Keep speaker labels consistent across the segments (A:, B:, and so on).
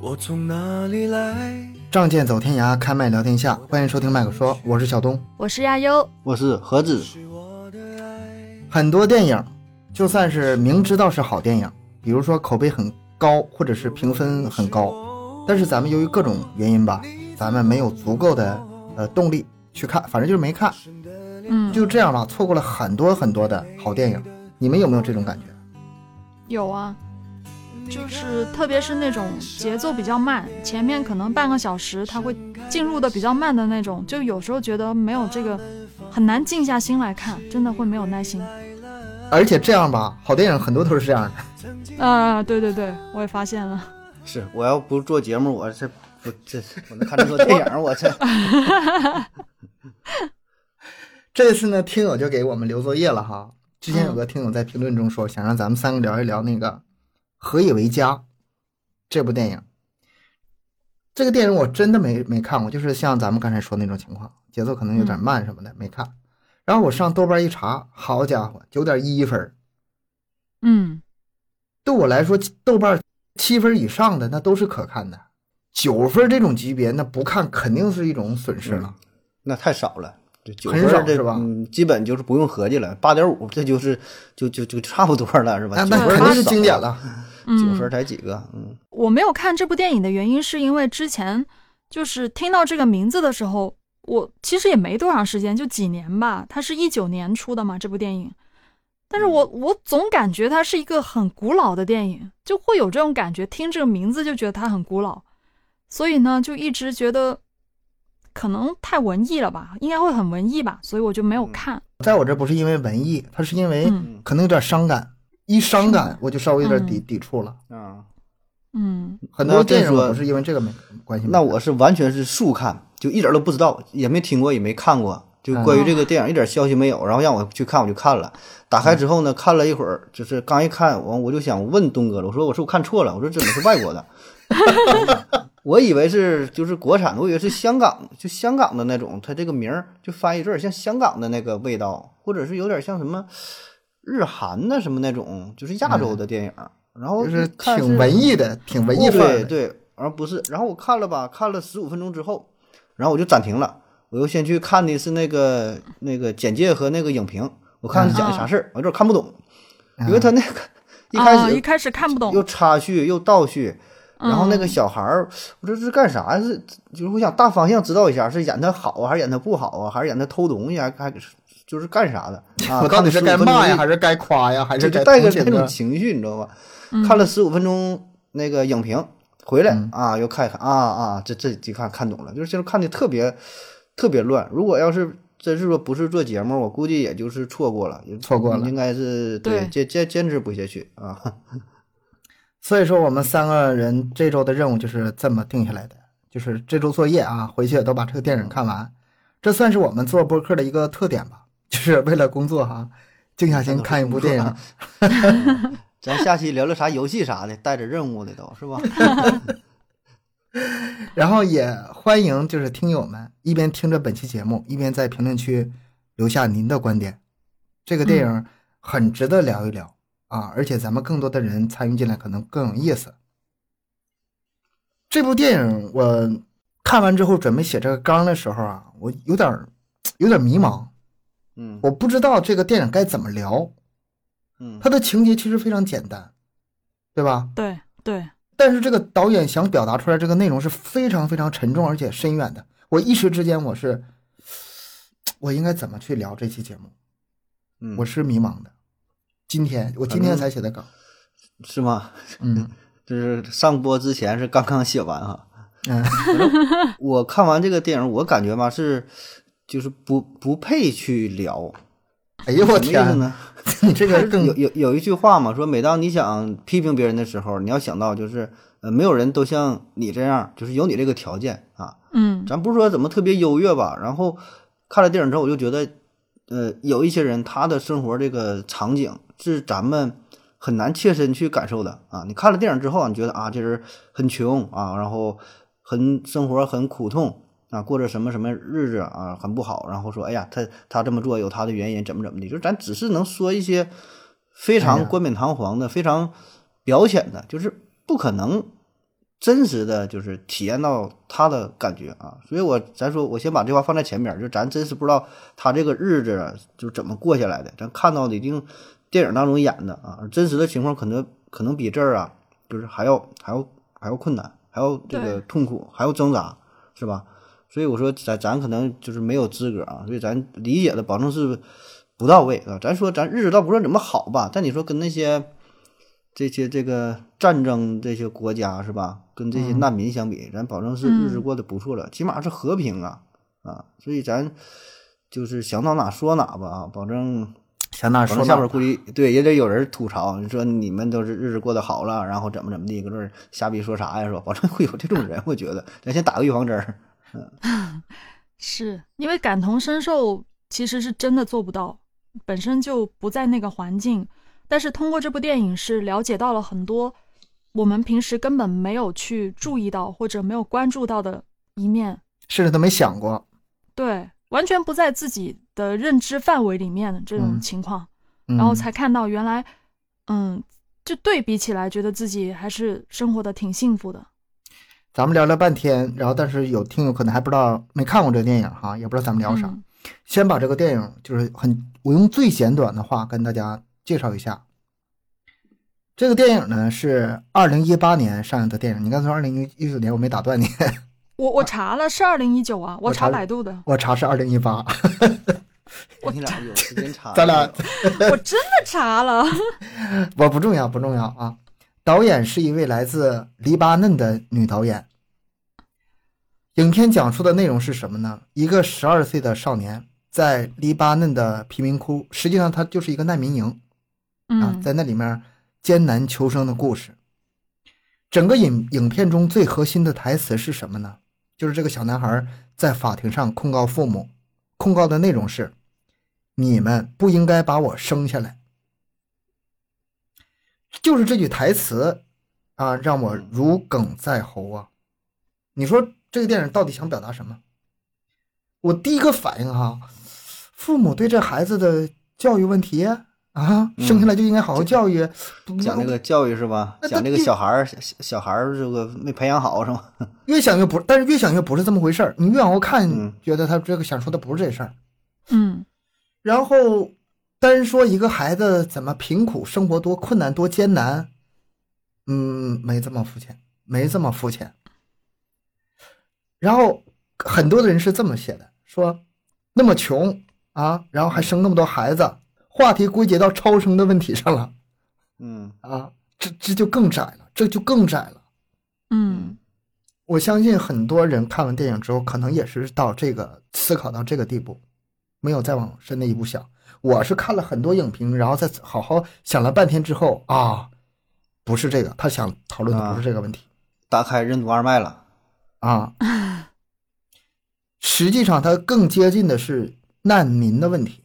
A: 我从哪里来？
B: 仗剑走天涯，开麦聊天下。欢迎收听麦克说，我是小东。
C: 我是亚优，
D: 我是何子，
A: 是我的爱。
B: 很多电影，就算是明知道是好电影，比如说口碑很高，或者是评分很高，但是咱们由于各种原因吧，咱们没有足够的呃动力去看，反正就是没看，
C: 嗯，
B: 就这样吧，错过了很多很多的好电影。你们有没有这种感觉？
C: 有啊，就是特别是那种节奏比较慢，前面可能半个小时它会进入的比较慢的那种，就有时候觉得没有这个很难静下心来看，真的会没有耐心。
B: 而且这样吧，好电影很多都是这样的。
C: 啊，对对对，我也发现了，
D: 是我要不做节目，我这不这我能看这么多电影，我这
B: 这次呢，听友就给我们留作业了哈。之前有个听友在评论中说，想让咱们三个聊一聊那个《何以为家》这部电影。这个电影我真的没没看过，就是像咱们刚才说的那种情况，节奏可能有点慢什么的，没看。然后我上豆瓣一查，好家伙，九点一分儿，
C: 嗯，
B: 对我来说，豆瓣七分以上的那都是可看的，九分这种级别，那不看肯定是一种损失了。
D: 那太少了。这九
B: 很
D: 分
B: 少
D: 儿这
B: 是吧
D: 嗯，基本就是不用合计了，八点五这就是就就就差不多了，是吧？
B: 那
D: 嗯九
B: 那
D: 分儿
B: 肯定是
D: 太少
B: 经典了。
D: 九分
C: 嗯，
D: 才几个，嗯，
C: 我没有看这部电影的原因是因为之前就是听到这个名字的时候，我其实也没多长时间，就几年吧，它是一九年出的嘛，这部电影。但是我
D: 嗯
C: 我总感觉它是一个很古老的电影，就会有这种感觉，听这个名字就觉得它很古老，所以呢，就一直觉得可能太文艺了吧，应该会很文艺吧，所以我就没有
D: 嗯
C: 看。
B: 在我这不是因为文艺，它是因为、
C: 嗯
B: 可能有点伤感，一伤感我就稍微有点抵
C: 嗯
B: 抵触了。
D: 啊，
C: 嗯
B: 很多
D: 那这
B: 电影
D: 说
B: 我不是因为这个没关系没
D: 那
B: 看
D: 我是完全是速看，就一点儿都不知道，也没听过，也没看过，就
B: 嗯
D: 关于这个电影一点消息没有。然后让我去看，我就看了。打开之后呢，看了一会儿，就是刚一看完，我就想问东哥了，我说我是不是看错了？我说怎么是外国的？ 我以为是就是国产的，我以为是香港，就香港的那种，它这个名儿就翻译有点像香港的那个味道，或者是有点像什么日韩的什么那种，就是亚洲的电影。然后
B: 就是
D: 看
B: 挺文艺的，挺文艺范
D: 哦对
B: 儿的。
D: 对，然后不是，然后我看了吧，看了十五分钟之后，然后我就暂停了，我又先去看的是那个那个简介和那个影评，我看看讲的啥事儿，我有点看不懂，
B: 啊
D: 因为他那个 一
C: 啊
D: 开
C: 一
D: 始
C: 开始看不懂嗯
D: 又，插叙又倒叙。然后那个小孩儿，我说这是干啥？是就是我想大方向知道一下，是演他好啊，还是演他不好啊，还是演他偷东西啊，还还就是干啥的？啊、
B: 我到底是该骂呀，还
D: 是
B: 是该夸呀，还是
D: 就
B: 该
D: 带个
B: 同情
D: 那种
B: 呢？
D: 情绪，你知道吧？看了十五分钟那个影评回来、
B: 嗯
D: 啊，又看一看啊啊，这这一看看懂了，就是现在看的特别特别乱。如果要是真是说不是做节目，我估计也就是错过了，也
B: 错过了
D: 应该是
C: 对
D: 坚坚坚持不下去啊。
B: 所以说，我们三个人这周的任务就是这么定下来的，就是这周作业啊，回去也都把这个电影看完。这算是我们做播客的一个特点吧，就是为了工作哈、静下心看一部电
D: 啊
B: 影。
D: 咱下期聊聊啥游戏啥的，带着任务的都是吧？
B: 然后也欢迎就是听友们一边听着本期节目，一边在评论区留下您的观点。这个电影很值得聊一聊、啊，而且咱们更多的人参与进来，可能更有意思。这部电影我看完之后，准备写这个纲的时候啊，我有点儿有点迷茫，
D: 嗯
B: 我不知道这个电影该怎么聊。
D: 嗯
B: 它的情节其实非常简单，对吧？
C: 对对，
B: 但是这个导演想表达出来这个内容是非常非常沉重而且深远的。我一时之间我是，我应该怎么去聊这期节目？
D: 嗯，
B: 我是迷茫的。今天我今天才写的 稿，
D: 是吗？
B: 嗯
D: 就是上播之前是刚刚写完哈、
B: 嗯，
D: 我看完这个电影，我感觉吧是，就是不不配去聊。
B: 哎呦我
D: 什么意思
B: 天，
D: 呢？
B: 你这个
D: 有
B: 更
D: 有有一句话嘛，说每当你想批评别人的时候，你要想到就是，呃，没有人都像你这样，就是有你这个条件啊。
C: 嗯
D: 咱不是说怎么特别优越吧，然后看了电影之后，我就觉得，呃，有一些人他的生活这个场景是咱们很难切身去感受的啊。你看了电影之后啊，你觉得啊，这人很穷啊，然后很生活很苦痛啊，过着什么什么日子啊，很不好。然后说，哎呀，他他这么做有他的原因，怎么怎么的，就是咱只是能说一些非
B: 哎
D: 常
B: 呀
D: 冠冕堂皇的、非常表浅的，就是不可能真实的就是体验到他的感觉啊。所以我咱说，我先把这话放在前面，就咱真是不知道他这个日子啊就怎么过下来的。咱看到的一定电影当中演的啊，而真实的情况可能可能比这儿啊，就是还要还要还要困难，还要这个
C: 对
D: 痛苦，还要挣扎，是吧？所以我说咱咱可能就是没有资格啊，所以咱理解的保证是不到位啊。咱说咱日子倒不是怎么好吧，但你说跟那些这些这个战争这些国家是吧，跟这些难民相比，咱保证是日子过得不错了，起码是和平啊啊。所以咱就是想到哪说哪吧啊，保证
B: 想哪儿
D: 可
B: 说
D: 能下
B: 哪
D: 边
B: 儿。
D: 估计对也得有人吐槽，你说你们都是日子过得好了，然后怎么怎么地，搁这儿瞎逼说啥呀，是吧？保证会有这种人，我觉得咱先打个预防针儿。
C: 是因为感同身受其实是真的做不到，本身就不在那个环境，但是通过这部电影是了解到了很多我们平时根本没有去注意到或者没有关注到的一面，
B: 甚至都没想过。
C: 对，完全不在自己的认知范围里面的这种
B: 嗯
C: 情况，
B: 嗯、
C: 然后才看到原来，嗯，就对比起来，觉得自己还是生活的挺幸福的，
B: 咱们聊了半天，然后但是有听友可能还不知道没看过这个电影哈，也不知道咱们聊啥。
C: 嗯
B: 先把这个电影就是很，我用最简短的话跟大家介绍一下。这个电影呢是二零一八年上映的电影，你刚才说二零一九年，我没打断你，
C: 我我查了是二零一九啊，我
B: 我查
C: 查
B: 了
C: 百度的，
B: 我查是二零一八。
D: 你俩有时间差，
B: 咱俩
C: 我真的查
B: 啊
C: 了，
B: 我不重要，不重要啊。导演是一位来自黎巴嫩的女导演。影片讲述的内容是什么呢？一个十二岁的少年在黎巴嫩的贫民窟，实际上他就是一个难民营啊
C: 嗯，，
B: 在那里面艰难求生的故事。整个影影片中最核心的台词是什么呢？就是这个小男孩在法庭上控告父母，控告的内容是：你们不应该把我生下来。就是这句台词啊，让我如鲠在喉啊！你说这个电影到底想表达什么？我第一个反应哈、父母对这孩子的教育问题啊，
D: 嗯
B: 生下来就应该好好教育，啊不
D: 讲这个教育是吧？
B: 那
D: 讲
B: 他
D: 这个
B: 第
D: 小孩儿，小小孩儿这个没培养好是吗？
B: 越想越不，但是越想越不是这么回事儿。你越往后看
D: 嗯，
B: 觉得他这个想说的不是这事儿。
C: 嗯
B: 然后单说一个孩子怎么贫苦，生活多困难多艰难，嗯，没这么肤浅，没这么肤浅。然后很多的人是这么写的，说那么穷啊，然后还生那么多孩子，话题归结到超生的问题上了
D: 嗯
B: 啊，这这就更窄了，这就更窄了。
C: 嗯，
B: 我相信很多人看完电影之后，可能也是到这个思考到这个地步，没有再往深的一步想。我是看了很多影评，然后再好好想了半天之后啊，不是这个，他想讨论的不是这个问题
D: 打开任督二脉了。
B: 啊。实际上，它更接近的是难民的问题。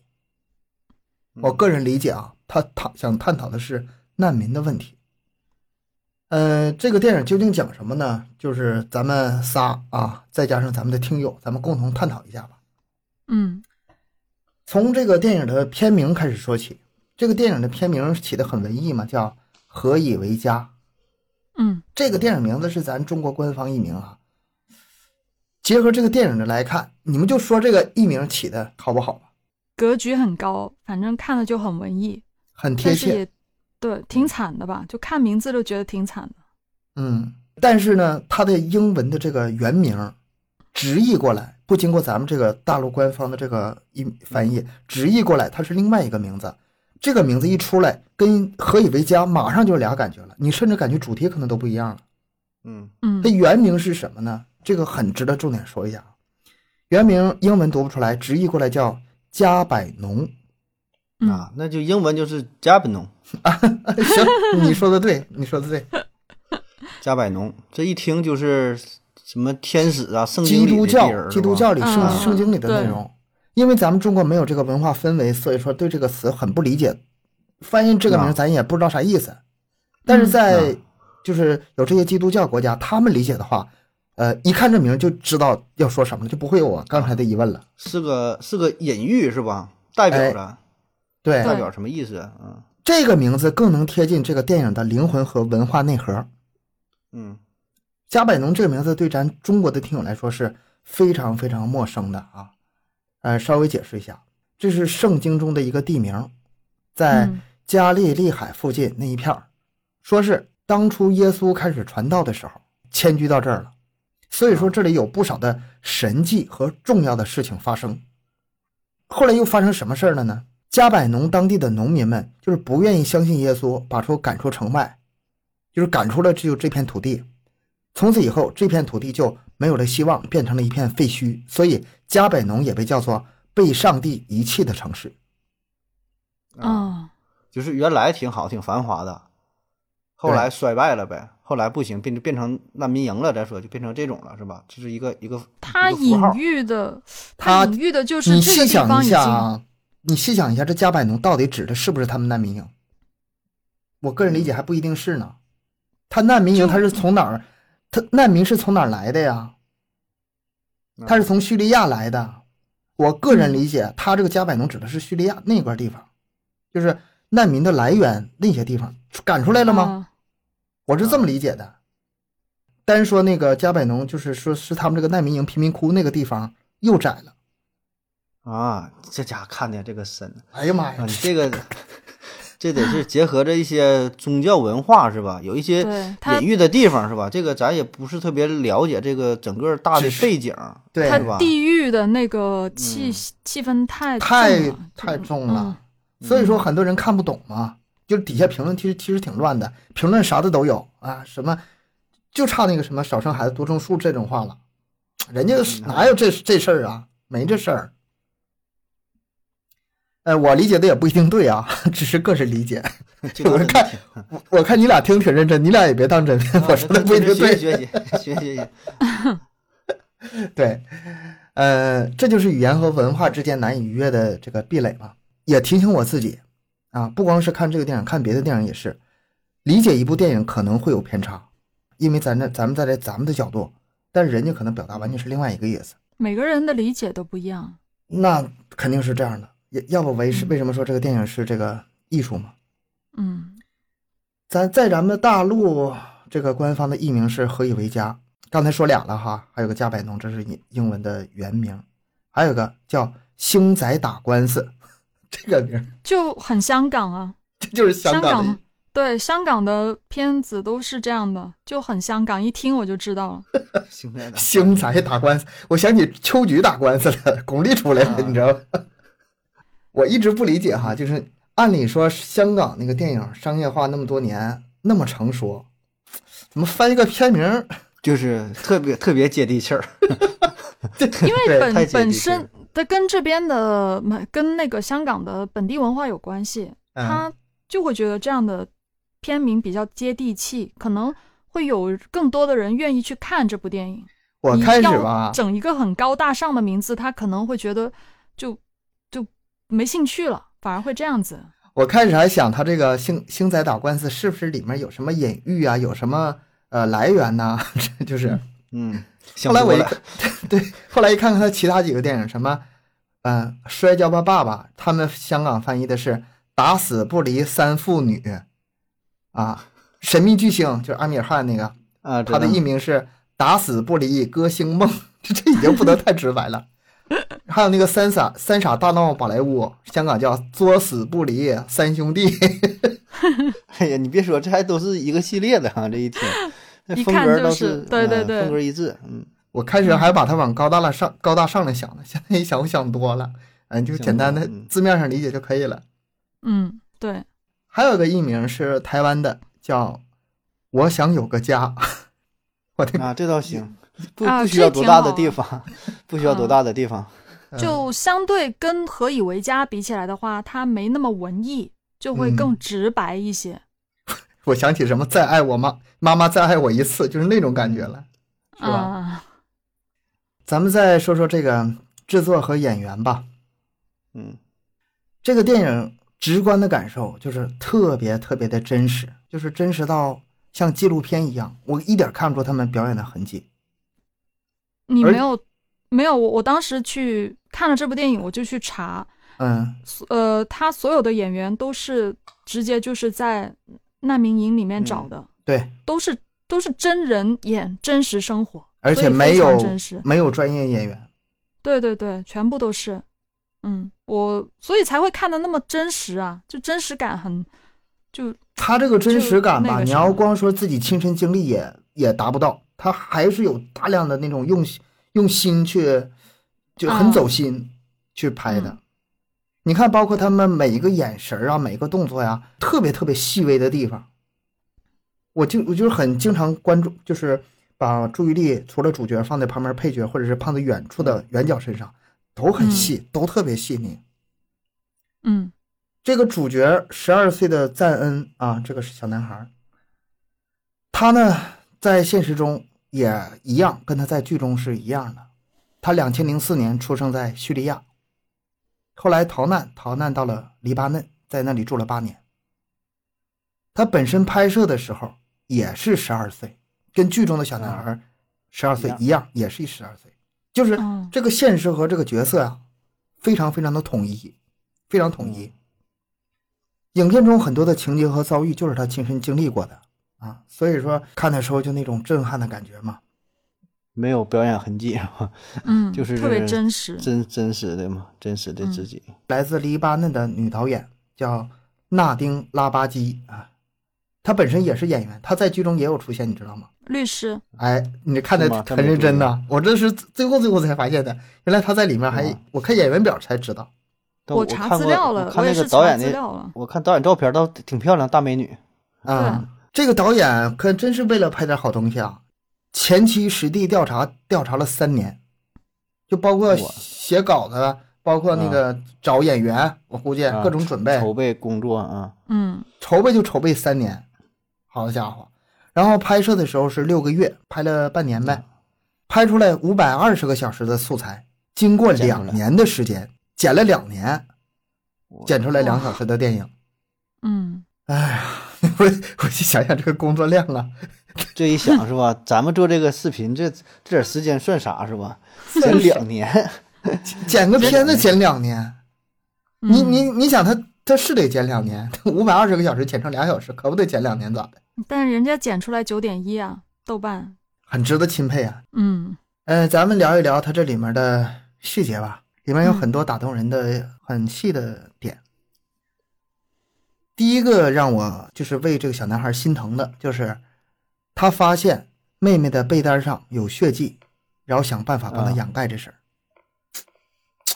B: 我个人理解啊，他探想探讨的是难民的问题。呃，这个电影究竟讲什么呢？就是咱们仨啊，再加上咱们的听友，咱们共同探讨一下吧。
C: 嗯
B: 从这个电影的片名开始说起，这个电影的片名起得很文艺嘛，叫《何以为家》。
C: 嗯
B: 这个电影名字是咱中国官方译名啊。结合这个电影的来看，你们就说这个译名起的好不好吧？
C: 格局很高，反正看了就很文艺，
B: 很贴
C: 但是
B: 切。
C: 也对，挺惨的吧？就看名字就觉得挺惨的。
B: 嗯，但是呢，它的英文的这个原名儿直译过来，不经过咱们这个大陆官方的这个译翻译，直译过来它是另外一个名字。这个名字一出来，跟“何以为家”马上就俩感觉了，你甚至感觉主题可能都不一样了。
D: 嗯
C: 嗯
B: 它原名是什么呢？这个很值得重点说一下啊。原名英文读不出来，直译过来叫加百农。
C: 嗯
D: 啊，那就英文就是 Jabnon
B: 行，你说的对，你说的对。
D: 加百农，这一听就是什么天使啊，圣经
B: 基
D: 里的
B: 督
D: 地
B: 教
D: 儿
B: 基督教里圣、
C: 嗯
B: 圣经里的内
C: 对
B: 容，因为咱们中国没有这个文化氛围，所以说对这个词很不理解，翻译这个名儿
D: 啊
B: 咱也不知道啥意思。但
C: 嗯
B: 是在
D: 啊
B: 就是有这些基督教国家，他们理解的话，呃，一看这名儿就知道要说什么了，就不会有我刚才的疑问了。
D: 是吧，是个是个隐喻是吧？代表着、
B: 哎对，
D: 代表什么意思？嗯
B: 这个名字更能贴近这个电影的灵魂和文化内核。
D: 嗯
B: 加百农这个名字对咱中国的听友来说是非常非常陌生的啊。呃，稍微解释一下，这是圣经中的一个地名，在
C: 嗯
B: 加利利海附近那一片儿，说是当初耶稣开始传道的时候迁居到这儿了。所以说，这里有不少的神迹和重要的事情发生。后来又发生什么事儿了呢？加百农当地的农民们就是不愿意相信耶稣，把他赶出城外，就是赶出了这就这片土地。从此以后，这片土地就没有了希望，变成了一片废墟。所以，加百农也被叫做被上帝遗弃的城市。
C: 啊，
D: 就是原来挺好，挺繁华的，后来衰败了呗，后来不行，变变成难民营了。再说就变成这种了，是吧？这是一个一个
C: 他
D: 一个
C: 隐
D: 符号
C: 喻的，
B: 他
C: 他隐喻的就是
B: 你
C: 这
B: 细
C: 个地
B: 想
C: 方
B: 一
C: 已
B: 下
C: 经
B: 啊，你细想一下，这加百农到底指的是不是他们难民营？我个人理解还不一定是呢。他难民营
C: 就
B: 他是从哪儿？他难民是从哪儿来的呀？
D: 嗯
B: 他是从叙利亚来的。我个人理解，他这个加百农指的是叙利亚那块地方，就是难民的来源那些地方赶出来了吗？
C: 啊
B: 我是这
D: 啊
B: 么理解的。单说那个加百农，就是说是他们这个难民营贫民窟那个地方又窄了。
D: 啊，这家看的这个深
B: 哎呀妈
D: 啊！
B: 呀
D: 你，这个这得是结合着一些宗教文化是吧？有一些
C: 对他
D: 隐喻的地方是吧？这个咱也不是特别了解这个整个大的
B: 只是
D: 背景，
B: 对嗯
C: 他
D: 是吧？
C: 地狱的那个气气氛太
B: 太
C: 重了
B: 太重
C: 嗯
B: 了，所
D: 嗯
B: 以说很多人看不懂嘛，就是底下评论其实其实挺乱的，评论啥的都有啊，什么就差那个什么少生孩子多种树这种话了，人家
D: 嗯
B: 是哪有这这事儿啊？没这事儿。呃，我理解的也不一定对啊， 只是个人理解。
D: 这个
B: 我
D: 真的
B: 看
D: 挺
B: 我我看你俩听挺认真，你俩也别当真，
D: 啊
B: 我说的不一
D: 学
B: 定对
D: 习。学习学习学习，
B: 对，呃，这就是语言和文化之间难以逾越的这个壁垒嘛。也提醒我自己啊，不光是看这个电影，看别的电影也是，理解一部电影可能会有偏差，因为咱这咱们在这咱们的角度，但人家可能表达完全是另外一个意思，
C: 每个人的理解都不一样。
B: 那肯定是这样的。也要不为是为什么说这个电影是这个艺术嘛？
C: 嗯，
B: 咱在咱们大陆这个官方的译名是“何以为家”，刚才说俩了哈，还有个加百农，这是英英文的原名，还有个叫“星仔打官司”，这个名儿
C: 就很香港啊，
B: 这就是香港的
C: 香港对香港的片子都是这样的，就很香港，一听我就知道了。
D: 行在 的。
B: 星仔打官司，我想起秋菊打官司了，巩俐出来了，你知道吗？ 我一直不理解哈，就是按理说香港那个电影商业化那么多年，那么成熟，怎么翻一个片名儿？
D: 就是特别特别接地气儿，
C: 因为
B: 对
C: 本
D: 太接地
C: 本
D: 气
C: 身
D: 了
C: 它跟这边的跟那个香港的本地文化有关系，
B: 嗯
C: 他就会觉得这样的片名比较接地气，可能会有更多的人愿意去看这部电影。
B: 我
C: 你
B: 开始
C: 要
B: 吧，
C: 整一个很高大上的名字，他可能会觉得就就没兴趣了，反而会这样子。
B: 我开始还想，他这个星星仔打官司是不是里面有什么隐喻啊，有什么呃来源呐、 这就是
D: 嗯，
B: 后
D: 想
B: 来
D: 多
B: 我一
D: 了
B: 看 对，后来一看看他其他几个电影，什么呃《摔跤吧，爸爸》，他们香港翻译的是“打死不离三父女”，啊，《神秘巨星》就是阿米尔汗那个，
D: 啊，
B: 他的
D: 知道
B: 艺名是“打死不离歌星梦”，这这已经不能太直白了。 还有那个三傻三傻大闹宝莱坞，香港叫“作死不离三兄弟”。
D: 哎呀，你别说，这还都是一个系列的哈、这一 听，那
C: 一
D: 风
C: 看
D: 格
C: 就
D: 倒
C: 是对对
D: 嗯
C: 对
D: 风格一致，嗯，
B: 我开始还把它往高大了上高大上了想呢，现在一想我想多了，嗯，就简单的
D: 想多了嗯
B: 字面上理解就可以了。
C: 嗯，对，
B: 还有个艺名是台湾的，叫“我想有个家”，我的
D: 啊，这倒行， 不
C: 啊
D: 不需
C: 这
D: 要多
C: 挺
D: 大
C: 好
D: 的
C: 啊
D: 地方，不需要多大的地方，
B: 嗯
C: 就相对跟《何以为家》比起来的话，它没那么文艺，就会
B: 嗯
C: 更直白一些。
B: 我想起什么“再爱我妈妈妈再爱我一次”，就是那种感觉了。是吧
C: 啊，
B: 咱们再说说这个制作和演员吧。
D: 嗯，
B: 这个电影直观的感受就是特别特别的真实，就是真实到像纪录片一样，我一点看不出他们表演的痕迹。
C: 你
B: 而
C: 没有没有我我当时去看了这部电影，我就去查，
B: 嗯，
C: 呃，他所有的演
B: 嗯
C: 员都是直接就是在难民营里面找的，
B: 对，
C: 都是都是真人演真实生活，
B: 而
C: 所
B: 且
C: 以非
B: 没有
C: 常真实。嗯
B: 没有专业演员，
C: 对对对，全部都是。嗯，我所以才会看的那么真实啊，就真实感很，就
B: 他这个真实感
C: 就那
B: 吧，
C: 个
B: 你
C: 什么
B: 要光说自己亲身经历也也达不到，他还是有大量的那种用心用心去，就很
C: 嗯
B: 走心去拍的。
C: 嗯
B: 你看，包括他们每一个眼神儿啊，每一个动作呀、特别特别细微的地方，我就我就是很经常关注，就是把注意力除了主角放在旁边配角或者是放在远处的远角身上，都很
C: 嗯
B: 细，都特别细腻。
C: 嗯
B: 这个主角十二岁的赞恩啊，这个是小男孩儿，他呢在现实中也一样，跟他在剧中是一样的。他两千零四年出生在叙利亚，后来逃难，逃难到了黎巴嫩，在那里住了八年。他本身拍摄的时候也是十二岁，跟剧中的小男孩十二岁啊一样，啊也是十二岁，就是
C: 嗯
B: 这个现实和这个角色啊，非常非常的统一，非常统一。影片中很多的情节和遭遇就是他亲身经历过的啊，所以说看的时候就那种震撼的感觉嘛。
D: 没有表演痕迹，
C: 嗯，
D: 就是
C: 特别真实。
D: 真真实的嘛，真实的
C: 嗯
D: 自己。
B: 来自黎巴嫩的女导演叫纳丁拉巴基啊，她本身也是演员，她在剧中也有出现，你知道吗？
C: 律师，
B: 哎，你看的
D: 是吗她没
B: 很认真
D: 注
B: 呐，我这是最后最后才发现的，原来她在里面还
D: 哇
B: 我看演员表才知道。
D: 但我
C: 查
D: 看
C: 资
D: 过
C: 料了
D: 我，看
C: 也
D: 那
C: 是
D: 个导
C: 查
D: 演
C: 资
D: 的，
C: 料了。
D: 我看导演照片倒挺漂亮，大美女。
B: 啊，这个导演可真是为了拍点好东西啊！前期实地调查调查了三年，就包括
D: 哇
B: 写稿子，包括那个找演员，我估计
D: 啊
B: 各种准备、
D: 筹备工作啊，
C: 嗯
B: 筹备就筹备三年，好家伙！然后拍摄的时候是六个月，拍了半年
D: 啊
B: 呗，拍出来五百二十个小时的素材，经过
D: 剪出来
B: 两年的时间，剪了两年，
D: 哇
B: 剪出来两小时的电影。
C: 嗯，
B: 我我就想想这个工作量啊，
D: 这一想是吧？ 咱们做这个视频，这这点时间算啥是吧？剪两年，
B: 剪个片子剪两年。你你你想他他是得减两年，五百二十个小时减成俩小时，可不得减两年咋的？
C: 嗯但是人家剪出来九点一啊，豆瓣。
B: 很值得钦佩啊。
C: 嗯
B: 呃，咱们聊一聊它这里面的细节吧，里面有
C: 嗯
B: 很多打动人的、很细的点。第一个让我就是为这个小男孩心疼的，就是他发现妹妹的被单上有血迹，然后想办法帮他
D: 啊
B: 掩盖这事儿。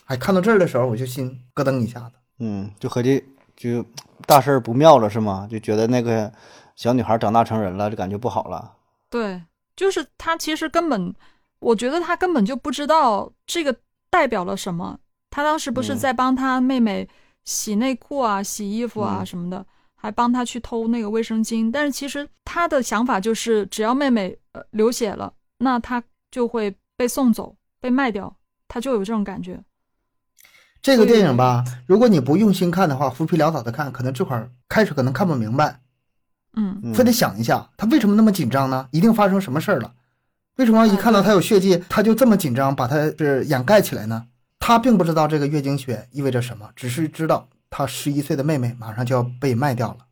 B: 哎，看到这儿的时候，我就心咯噔一下子。
D: 嗯，就合计就大事儿不妙了是吗？就觉得那个小女孩长大成人了，就感觉不好了。
C: 对，就是他其实根本，我觉得他根本就不知道这个代表了什么。他当时不是
D: 嗯
C: 在帮他妹妹洗内裤啊、洗衣服啊
D: 嗯
C: 什么的，还帮他去偷那个卫生巾。但是其实他的想法就是，只要妹妹呃流血了，那他就会被送走、被卖掉，他就有这种感觉。
B: 这个电影
C: 对
B: 吧，如果你不用心看的话，浮皮潦草的看，可能这块儿开始可能看不明白，
C: 嗯
D: 嗯
B: 非得想一下，他为什么那么紧张呢？一定发生什么事儿了？为什么一看到他有血迹，他就这么紧张，把它是掩盖起来呢？他并不知道这个月经血意味着什么，只是知道他十一岁的妹妹马上就要被卖掉了。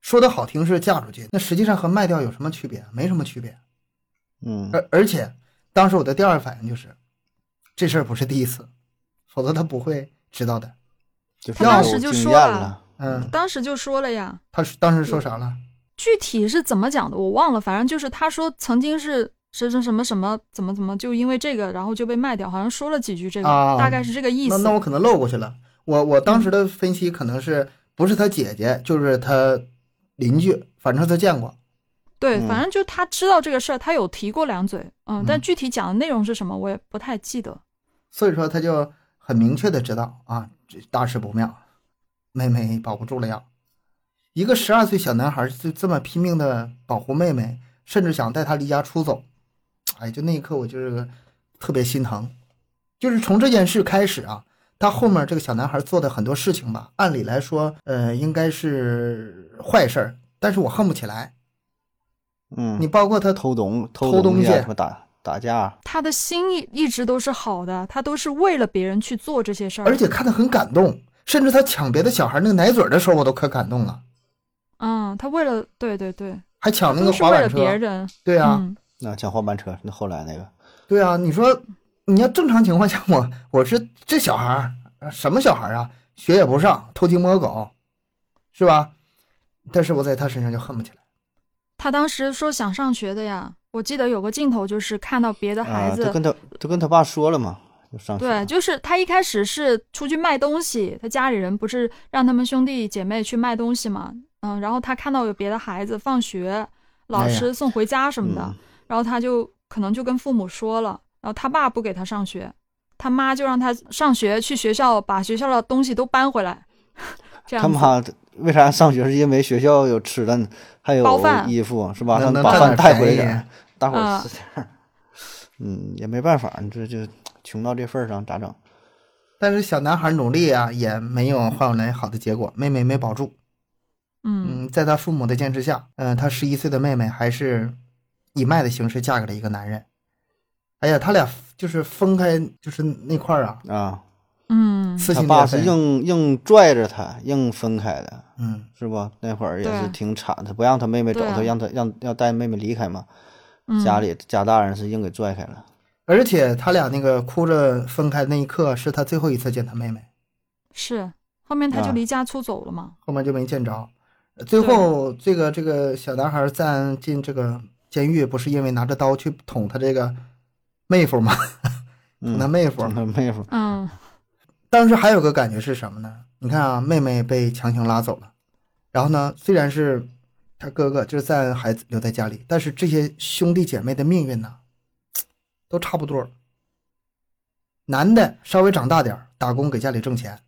B: 说的好听是嫁出去，那实际上和卖掉有什么区别？没什么区别。
D: 嗯，
B: 而而且，当时我的第二反应就是，这事儿不是第一次，否则他不会知道的。
D: 就
C: 他
D: 让
C: 当
D: 我
C: 时就
D: 惊
C: 说
D: 艳
C: 了
D: 了，
B: 嗯，
C: 当时就说了呀，
B: 他是当时说啥了？
C: 具体是怎么讲的我忘了，反正就是他说曾经是什什什么什么怎么怎么就因为这个然后就被卖掉，好像说了几句这个，
B: 啊
C: 大概是这个意
B: 那
C: 思。
B: 那我可能漏过去了。我我当时的分析可能是不是他姐姐，就是他邻居，反正他见过。
C: 对，
D: 嗯
C: 反正就他知道这个事儿，他有提过两嘴，嗯，
B: 嗯
C: 但具体讲的内容是什么我也不太记得。
B: 所以说他就很明确的知道啊，这大事不妙，妹妹保不住了要。一个十二岁小男孩就这么拼命的保护妹妹，甚至想带她离家出走，哎，就那一刻我就是特别心疼。就是从这件事开始啊，他后面这个小男孩做的很多事情吧，按理来说，呃，应该是坏事儿，但是我恨不起来。
D: 嗯，
B: 你包括他
D: 偷东
B: 偷东
D: 东啊
B: 西
D: 什么打打架，啊
C: 他的心意一直都是好的，他都是为了别人去做这些事儿，
B: 而且看得很感动，甚至他抢别的小孩那个奶嘴儿的时候，我都可感动了。
C: 嗯，他为了对对对，
B: 还抢那
C: 都
B: 个
C: 是
B: 滑
C: 为
B: 板
C: 了
B: 车，
C: 别人。
B: 对啊，
C: 嗯，
D: 那抢滑板车，那后来那个，
B: 对啊，你说你要正常情况下，我我是这小孩儿呃什么小孩儿啊？学也不上，偷鸡摸狗，是吧？但是我在他身上就恨不起来。
C: 他当时说想上学的呀，我记得有个镜头就是看到别的孩
D: 啊，
C: 子，
D: 都跟他都跟他爸说了嘛，就上学
C: 对，就是他一开始是出去卖东西，他家里人不是让他们兄弟姐妹去卖东西嘛，嗯，然后他看到有别的孩子放学，老
B: 哎呀
C: 师送回家什么的，
D: 嗯
C: 然后他就可能就跟父母说了，然后他爸不给他上学，他妈就让他上学去学校把学校的东西都搬回来，这
D: 他
C: 样子。
D: 妈的为啥上学？是因为学校有吃的，还有
C: 包饭
D: 衣服，是吧？
B: 能
D: 他
B: 能
D: 把
B: 占
D: 饭
B: 点
D: 带回来
B: 便
D: 点
B: 宜
D: 儿，大伙
C: 啊
D: 儿吃点儿。嗯，也没办法，你这就穷到这份儿上，咋整？
B: 但是小男孩努力啊，也没有换来好的结果，妹妹没保住。
C: 嗯，
B: 嗯，在他父母的坚持下，嗯、他十一岁的妹妹还是以卖的形式嫁给了一个男人。哎呀，他俩就是分开，就是那块儿啊，
D: 啊，
C: 嗯，
B: 撕
D: 他
B: 心
D: 爸
B: 裂
D: 是
B: 肺。
D: 硬硬拽着他，硬分开的，
B: 嗯，
D: 是不？那会儿也
C: 对
D: 是挺惨，他不让他妹妹走，
C: 对啊
D: 他让他让要带妹妹离开嘛。
C: 嗯
D: 家里家大人是硬给拽开了。
B: 而且他俩那个哭着分开那一刻，是他最后一次见他妹妹，
C: 是后面他就
D: 啊
C: 离家出走了嘛，
B: 后面就没见着。呃最后，这个这个小男孩站进这个监狱，不是因为拿着刀去捅他这个妹夫吗？ 捅他
D: 嗯，
B: 妹夫。
D: 他妹夫，
C: 嗯
B: 当时还有个感觉是什么呢？你看啊，妹妹被强行拉走了，然后呢，虽然是他哥哥就是暂还留在家里，但是这些兄弟姐妹的命运呢，都差不多了。男的稍微长大点儿打工给家里挣钱，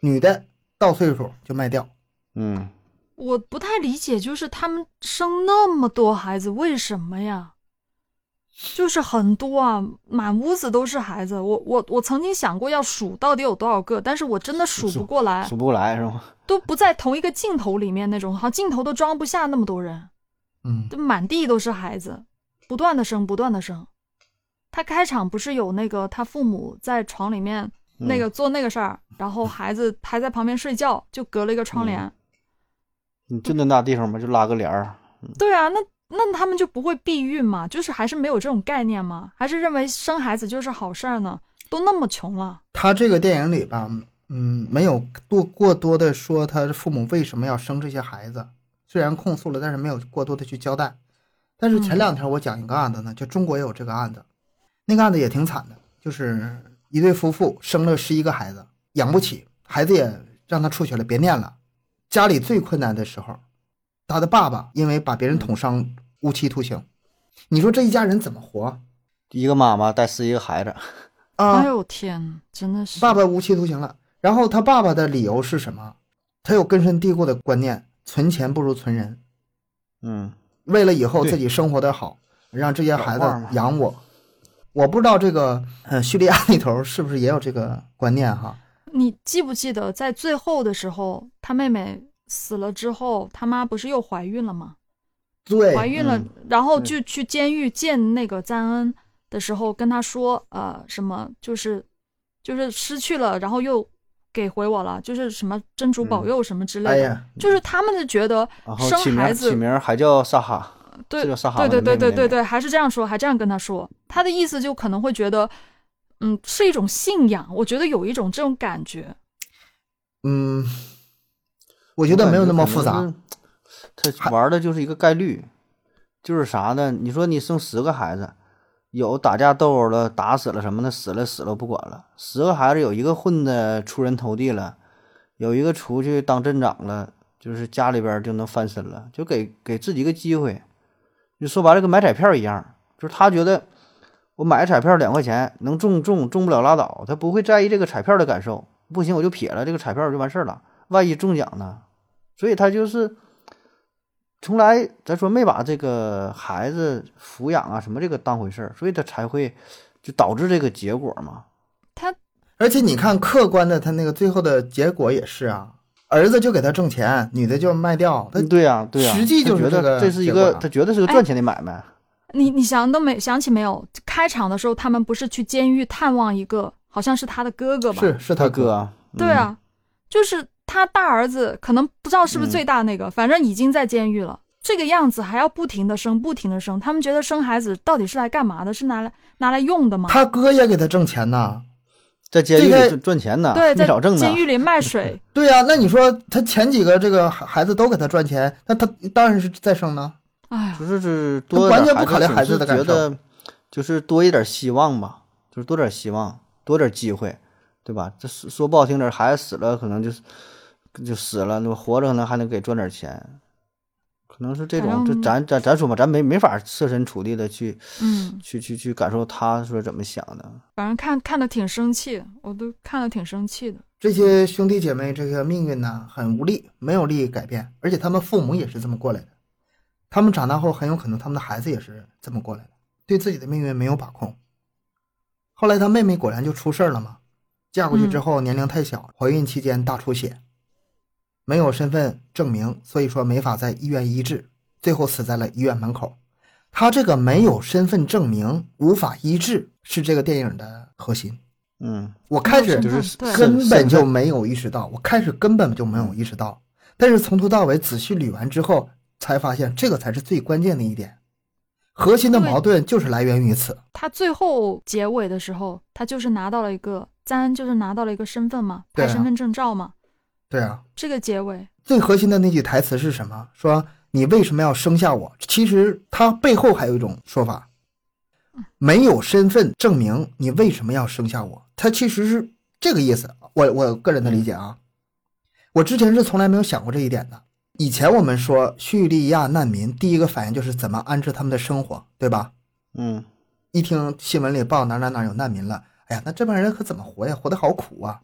B: 女的到岁数就卖掉。
D: 嗯，
C: 我不太理解，就是他们生那么多孩子，为什么呀？就是很多啊，满屋子都是孩子。我我我曾经想过要数到底有多少个，但是我真的数
D: 数
C: 不过来
D: 数，不过来是吗？
C: 都不在同一个镜头里面那种，好像镜头都装不下那么多人，
B: 嗯，
C: 就满地都是孩子，不断的生，不断的生。他开场不是有那个他父母在床里面那个做那个事儿，然后孩子还在旁边睡觉，就隔了一个窗帘。
D: 你就那大地方嘛，就拉个帘儿，
C: 对啊，那那他们就不会避孕嘛？就是还是没有这种概念嘛？还是认为生孩子就是好事儿呢？都那么穷了，
B: 他这个电影里吧，嗯，没有多过多的说他父母为什么要生这些孩子，虽然控诉了，但是没有过多的去交代。但是前两天我讲一个案子呢，就中国也有这个案子，那个案子也挺惨的，就是一对夫妇生了十一个孩子，养不起，孩子也让他出去了，别念了。家里最困难的时候，他的爸爸因为把别人捅伤，无期徒刑。你说这一家人怎么活
D: 一个妈妈带十一个孩子，
B: 啊？
C: 哎呦天，真的是
B: 爸爸无期徒刑了。然后他爸爸的理由是什么？他有根深蒂固的观念，存钱不如存人。
D: 嗯，
B: 为了以后
D: 对
B: 自己生活的好，让这些孩子
D: 老话嘛
B: 养我。我不知道这个呃叙利亚那头是不是也有这个观念哈？
C: 你记不记得在最后的时候，他妹妹死了之后，他妈不是又怀孕了吗？怀
B: 对，
C: 孕了，
D: 嗯
C: 然后
D: 对
C: 就去监狱见那个赞恩的时候，跟他说，呃，什么就是就是失去了，然后又给回我了，就是什么真主保
D: 嗯
C: 佑什么之类
B: 哎
C: 的，
B: 呀，
C: 就是他们就觉得
D: 然后起
C: 生
D: 名
C: 孩
D: 儿
C: 子
D: 起名儿还叫萨哈，
C: 对
D: 这叫撒哈
C: 对
D: 嘛
C: 对对
D: 那边
C: 对对
D: 那边
C: 对，还是这样说，还这样跟他说，他的意思就可能会觉得，嗯，是一种信仰。我觉得有一种这种感觉，
B: 嗯，我觉得没有那么复
D: 可
B: 杂
D: 能。是。他玩的就是一个概率，就是啥呢？你说你生十个孩子，有打架斗殴了、打死了什么的，死了死了不管了；十个孩子有一个混的出人头地了，有一个出去当镇长了，就是家里边儿就能翻身了，就给给自己一个机会。就说白了，跟买彩票一样，就是他觉得我买个彩票两块钱能中中中不了拉倒，他不会在意这个彩票的感受。不行我就撇了这个彩票我就完事儿了，万一中奖呢？所以他就是从来咱说没把这个孩子抚养啊什么这个当回事儿，所以他才会就导致这个结果嘛。
B: 而且你看，客观的他那个最后的结果也是啊，儿子就给他挣钱，女的就卖掉，他
D: 嗯对呀、对呀、
B: 实际就是
D: 他觉
B: 这
D: 得
B: 个
D: 这是一
B: 结果
D: 个
B: 啊
D: 他觉得是个
C: 哎
D: 赚钱的买卖。
C: 你你想都没想起没有？开场的时候，他们不是去监狱探望一个，好像是他的哥哥吧？
B: 是是
D: 他
B: 他
D: 哥，啊，
C: 对
D: 嗯
C: 啊，就是他大儿子，可能不知道是不是最大那个，反正已经在监狱了。这个样子还要不停的生，不停的生，他们觉得生孩子到底是来干嘛的？是拿来拿来用的吗？
B: 他哥也给他挣钱呐。
D: 在监狱
B: 这个
D: 里赚赚钱呢，
C: 对，
D: 没
C: 在
D: 少挣呢。
C: 监狱里卖 水，
B: 对呀、那你说他前几个这个孩孩子都给他赚钱，那他当然是再生呢。
C: 哎呀，
D: 就是是多
B: 完
D: 一点
B: 全不考虑孩子的
D: 总是
B: 感受
D: 觉得就是多一点希望吧，就是多点希望，多点机会，对吧？这说说不好听点，孩子死了可能就是就死了，那么活着可能还能给赚点钱，可能是这种。
C: 反
D: 这
C: 正
D: 咱咱咱说嘛，咱没没法设身处地的去
C: 嗯，
D: 去去去感受他说怎么想的。
C: 反正看看的挺生气，我都看的挺生气的。
B: 这些兄弟姐妹，这个命运呢很无力，没有利益改变，而且他们父母也是这么过来的。他们长大后很有可能他们的孩子也是这么过来的，对自己的命运没有把控。后来他妹妹果然就出事儿了嘛，嫁过去之后年龄太小，怀孕期间大出血，没有身份证明，所以说没法在医院医治，最后死在了医院门口。他这个没有身份证明，无法医治，是这个电影的核心。
D: 嗯，
B: 我开
C: 没有
B: 始
C: 身
D: 就是
C: 对
D: 是
B: 根本就没有意识到，我开始根本就没有意识到，但是从头到尾仔细捋完之后，才发现这个才是最关键的一点，核心的
C: 对
B: 矛盾就是来源于此。
C: 他最后结尾的时候，他就是拿到了一个咱就是拿到了一个身份嘛，
B: 对
C: 拍
B: 啊
C: 身份证照嘛，
B: 对啊，
C: 这个结尾，
B: 最核心的那句台词是什么？说你为什么要生下我？其实它背后还有一种说法，没有身份证明你为什么要生下我？它其实是这个意思。我我个人的理解啊，我之前是从来没有想过这一点的。以前我们说叙利亚难民，第一个反应就是怎么安置他们的生活，对吧？
D: 嗯，
B: 一听新闻里报哪哪哪有难民了，哎呀，那这帮人可怎么活呀？活得好苦啊！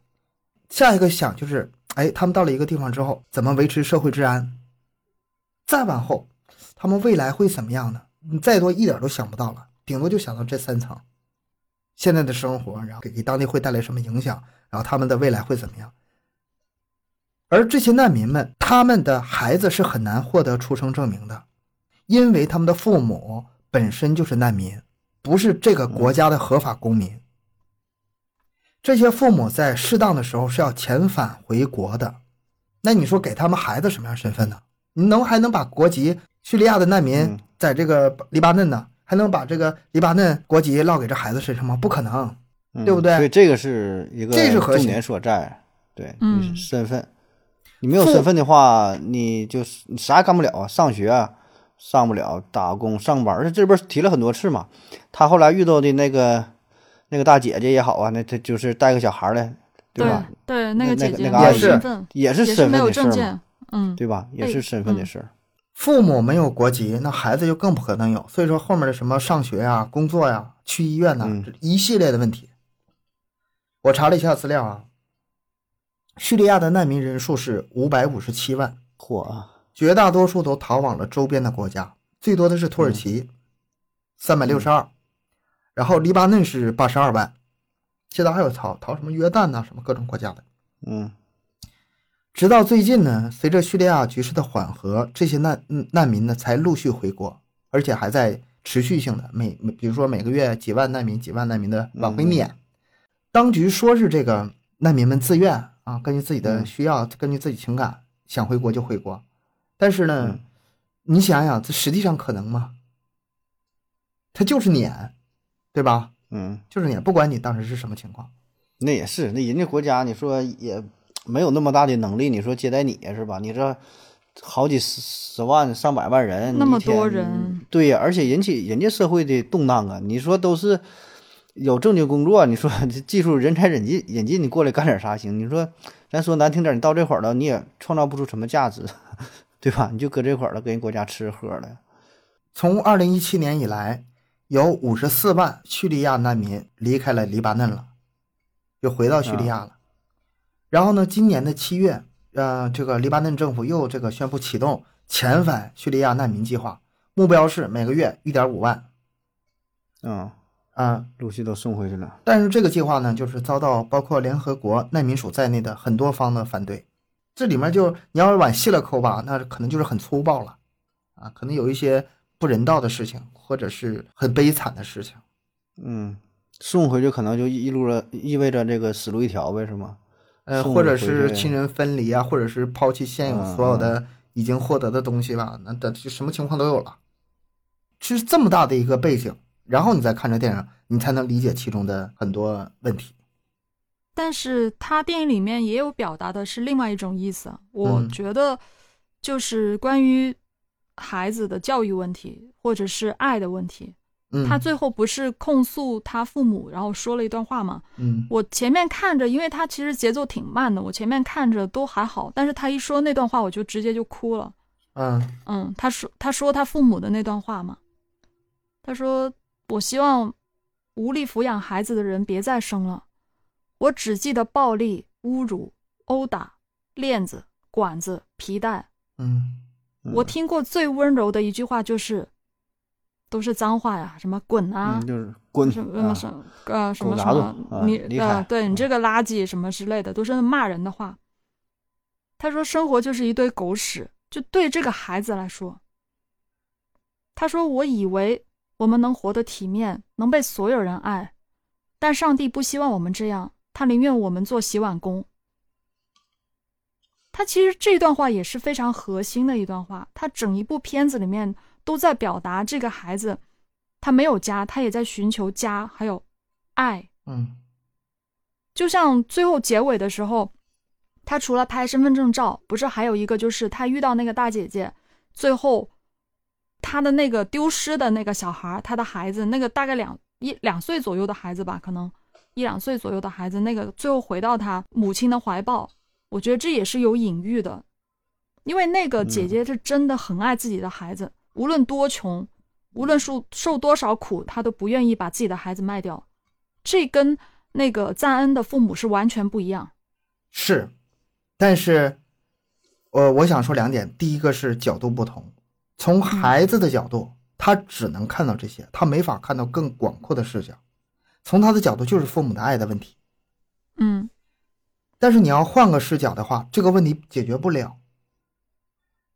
B: 下一个想就是，哎，他们到了一个地方之后，怎么维持社会治安？再往后，他们未来会怎么样呢？你再多一点都想不到了，顶多就想到这三层。现在的生活，然后给给当地会带来什么影响，然后他们的未来会怎么样？而这些难民们，他们的孩子是很难获得出生证明的，因为他们的父母本身就是难民，不是这个国家的合法公民。这些父母在适当的时候是要遣返回国的，那你说给他们孩子什么样身份呢？你能还能把国籍叙利亚的难民
D: 嗯
B: 在这个黎巴嫩呢，还能把这个黎巴嫩国籍落给这孩子身上吗？不可能。
D: 嗯
B: 对不对
D: 所以这个是一个
B: 这是核心
D: 重点所在，对，
C: 嗯
D: 你是身份。你没有
B: 父
D: 身份的话，你就是你啥也干不了啊，上学啊上不了，打工上班，而且这边提了很多次嘛。他后来遇到的那个那个大姐姐也好啊，那她就是带个小孩儿的，
C: 对
D: 吧？
C: 对，
D: 那那
C: 个姐
D: 个
C: 姐
D: 那
B: 个
C: 没
B: 阿
C: 有
B: 姨
C: 身份，
D: 也是
C: 也是
D: 身
C: 没
D: 份
C: 有
D: 的事
C: 证
D: 儿嘛，
C: 件，嗯，
D: 对吧？也
C: 哎
D: 是身份的
C: 嗯
D: 事儿。
B: 父母没有国籍，那孩子就更不可能有。所以说后面的什么上学呀、工作呀、去医院呐、
D: 嗯
B: 这一系列的问题，我查了一下资料啊，叙利亚的难民人数是五百五十七万，
D: 嚯啊，
B: 绝大多数都逃往了周边的国家，最多的是土耳其，三百六十二，然后黎巴嫩是八十二万，其他还有逃逃什么约旦呐、什么各种国家的。
D: 嗯
B: 直到最近呢，随着叙利亚局势的缓和，这些难嗯难民呢才陆续回国，而且还在持续性的每每，比如说每个月几万难民、几万难民的往回
D: 嗯
B: 撵。当局说是这个难民们自愿啊，根据自己的
D: 嗯
B: 需要，根据自己情感想回国就回国，但是呢，
D: 嗯
B: 你想想，这实际上可能吗？他就是撵，对吧？
D: 嗯，
B: 就是撵，不管你当时是什么情况。
D: 那也是，那人家国家你说也没有那么大的能力，你说接待你是吧？你这好几十十万、上百万人，
C: 那
D: 你一
C: 么多
D: 天
C: 人，
D: 对呀，而且引起人家社会的动荡啊。你说都是有正经工作，你说这技术人才引进引进，你过来干点啥行？你说咱说难听点，你到这块儿了，你也创造不出什么价值， 对吧？你就搁这块儿了，给人国家吃喝了。
B: 从二零一七年以来，有五十四万叙利亚难民离开了黎巴嫩了，又回到叙利亚了。然后呢，今年的七月，呃，这个黎巴嫩政府又这个宣布启动遣返叙利亚难民计划，目标是每个月一点五万
D: 嗯，
B: 啊、
D: 陆续都送回去了。
B: 但是这个计划呢，就是遭到包括联合国难民署在内的很多方的反对。这里面就你要是往细了抠吧，那可能就是很粗暴了，啊，可能有一些不人道的事情，或者是很悲惨的事情。
D: 嗯，送回去可能就意路了，意味着这个死路一条呗，是吗？
B: 呃，
D: 送
B: 或者
D: 回
B: 是
D: 去嗯
B: 亲人分离啊，或者是抛弃现有所有的已经获得的东西吧，那的就什么情况都有了。是这么大的一个背景，然后你再看这电影，你才能理解其中的很多问题。
C: 但是他电影里面也有表达的是另外一种意思，我
B: 嗯
C: 觉得就是关于孩子的教育问题，或者是爱的问题。
B: 嗯，
C: 他最后不是控诉他父母，然后说了一段话吗？
B: 嗯
C: 我前面看着，因为他其实节奏挺慢的，我前面看着都还好，但是他一说那段话，我就直接就哭了。
B: 嗯
C: 嗯，他说他说他父母的那段话嘛，他说我希望无力抚养孩子的人别再生了，我只记得暴力、侮辱、殴打、链子、管子、皮带。
B: 嗯
C: 我听过最温柔的一句话就是，都是脏话呀，什么滚啊，
D: 嗯，就是滚
C: 什
D: 啊
C: 么什么呃什么
D: 狗
C: 什
D: 杂
C: 么
D: 种啊
C: 你
D: 厉
C: 呃
D: 害
C: 对你
D: 嗯
C: 这个垃圾什么之类的，都是骂人的话。他说生活就是一堆狗屎，就对这个孩子来说。他说我以为我们能活得体面，能被所有人爱，但上帝不希望我们这样，他宁愿我们做洗碗工。他其实这段话也是非常核心的一段话，他整一部片子里面都在表达这个孩子，他没有家，他也在寻求家，还有爱。
B: 嗯
C: 就像最后结尾的时候，他除了拍身份证照，不是还有一个就是他遇到那个大姐姐，最后他的那个丢失的那个小孩儿，他的孩子，那个大概两一两岁左右的孩子吧，可能一两岁左右的孩子，那个最后回到他母亲的怀抱，我觉得这也是有隐喻的，因为那个姐姐是真的很爱自己的孩子，无论多穷，无论受受多少苦，她都不愿意把自己的孩子卖掉，这跟那个赞恩的父母是完全不一样。
B: 是，但是，我我想说两点，第一个是角度不同，从孩子的角度，他只能看到这些，他没法看到更广阔的视角，从他的角度就是父母的爱的问题。
C: 嗯
B: 但是你要换个视角的话，这个问题解决不了。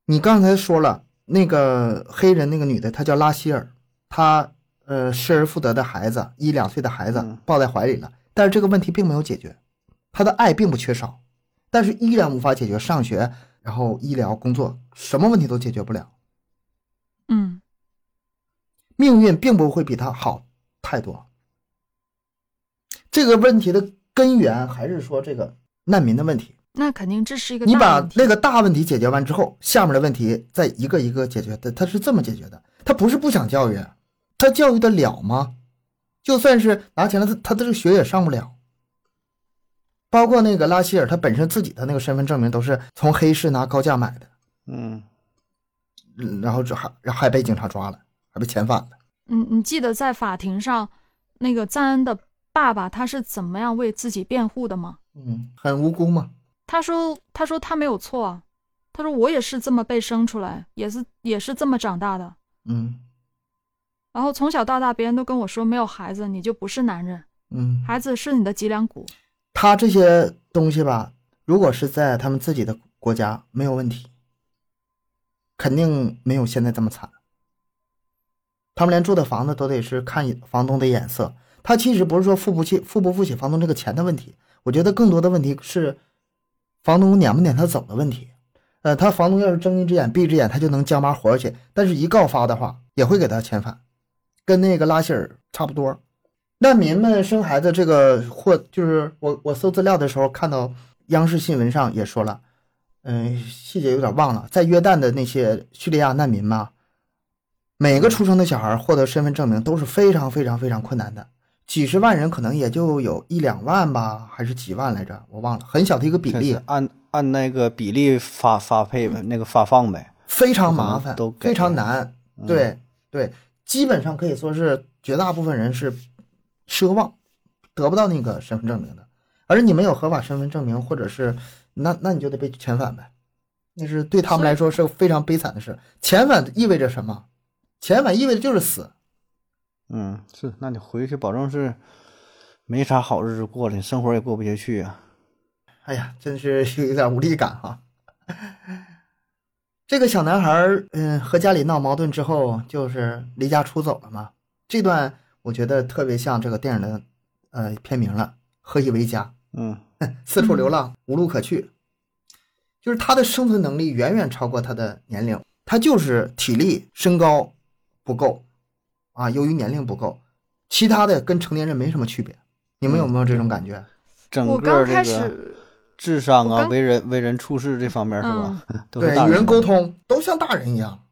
B: 你刚才说了，那个黑人那个女的，她叫拉希尔，她呃失而复得的孩子，一两岁的孩子
D: 嗯
B: 抱在怀里了，但是这个问题并没有解决，她的爱并不缺少，但是依然无法解决上学，然后医疗、工作，什么问题都解决不了。
C: 嗯
B: 命运并不会比他好太多。这个问题的根源还是说这个难民的问题。
C: 那肯定这是一个
B: 你
C: 大
B: 把
C: 问题
B: 那个大问题解决完之后，下面的问题再一个一个解决的，他是这么解决的。他不是不想教育，他教育得了吗？就算是拿钱了，他他这个学也上不了。包括那个拉希尔，他本身自己的那个身份证明都是从黑市拿高价买的，
D: 嗯，
B: 嗯然后这还然后还被警察抓了，还被遣返了。
C: 你嗯你记得在法庭上，那个赞恩的爸爸他是怎么样为自己辩护的吗？
B: 嗯，很无辜嘛。
C: 他说他说他没有错啊，他说我也是这么被生出来，也是也是这么长大的。
B: 嗯
C: 然后从小到大，别人都跟我说，没有孩子你就不是男人，
B: 嗯，
C: 孩子是你的脊梁骨。
B: 他这些东西吧，如果是在他们自己的国家，没有问题，肯定没有现在这么惨。他们连住的房子都得是看房东的眼色。他其实不是说付不起、付不付起房东这个钱的问题，我觉得更多的问题是房东撵不撵他走的问题。呃，他房东要是睁一只眼闭一只眼，他就能将妈活下去；但是一告发的话，也会给他遣返，跟那个拉希尔差不多。难民们生孩子这个或就是我我搜资料的时候看到央视新闻上也说了，嗯、细节有点忘了，在约旦的那些叙利亚难民嘛，每个出生的小孩获得身份证明都是非常非常非常困难的，几十万人可能也就有一两万吧，还是几万来着，我忘了，很小的一个比
D: 这
B: 例
D: 是，按按那个比例发发配呗，那个发放呗。
B: 非常麻烦，
D: 都给
B: 非常难。
D: 嗯
B: 对对，基本上可以说是绝大部分人是奢望得不到那个身份证明的，而你没有合法身份证明，或者是那那你就得被遣返呗。那是对他们来说是个非常悲惨的事。遣返意味着什么？遣返意味着就是死。
D: 嗯，是，那你回去保证是没啥好日子过了，你生活也过不下去啊。
B: 哎呀，真是 有点无力感哈、这个小男孩儿，嗯，和家里闹矛盾之后，就是离家出走了嘛。这段我觉得特别像这个电影的，呃，片名了，《何以为家》。
D: 嗯
B: 四处流浪，无路可去。就是他的生存能力远远超过他的年龄，他就是体力、身高不够，啊，由于年龄不够，其他的跟成年人没什么区别。你们有没有这种感
D: 嗯
B: 觉？
D: 整
C: 我
D: 个
C: 刚
D: 这
C: 开
D: 个
C: 始，
D: 智商
C: 我
D: 啊、
C: 刚嗯
D: 为人为人处事这方面是吧， 都是
B: 对，
D: 大
B: 与人沟
D: 的
B: 通都像大人一样。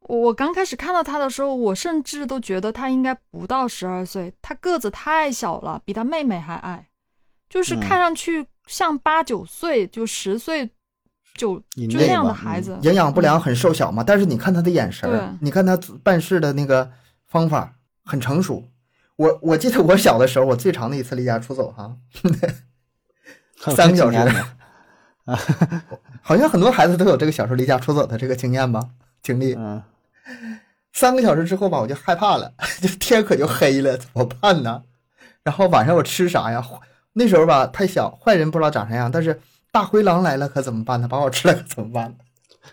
C: 我我刚开始看到他的时候，我甚至都觉得他应该不到十二岁，他个子太小了，比他妹妹还矮，就是
D: 嗯
C: 看上去像八九岁，就十岁就
D: 以
C: 就
D: 内
C: 那样
D: 吧
C: 的孩
D: 嗯
C: 子。
B: 营养不良很瘦小嘛，但是你看他的眼神儿
C: 对，
B: 你看他办事的那个方法很成熟。我我记得我小的时候，我最长的一次离家出走哈、三个小时
D: 挺难的
B: 好像很多孩子都有这个小时候离家出走的这个经验吧经历。
D: 嗯，
B: 三个小时之后吧，我就害怕了， 就天可就黑了，怎么办呢？然后晚上我吃啥呀？那时候吧太小，坏人不知道长啥样，但是大灰狼来了可怎么办呢？把我吃了可怎么办呢？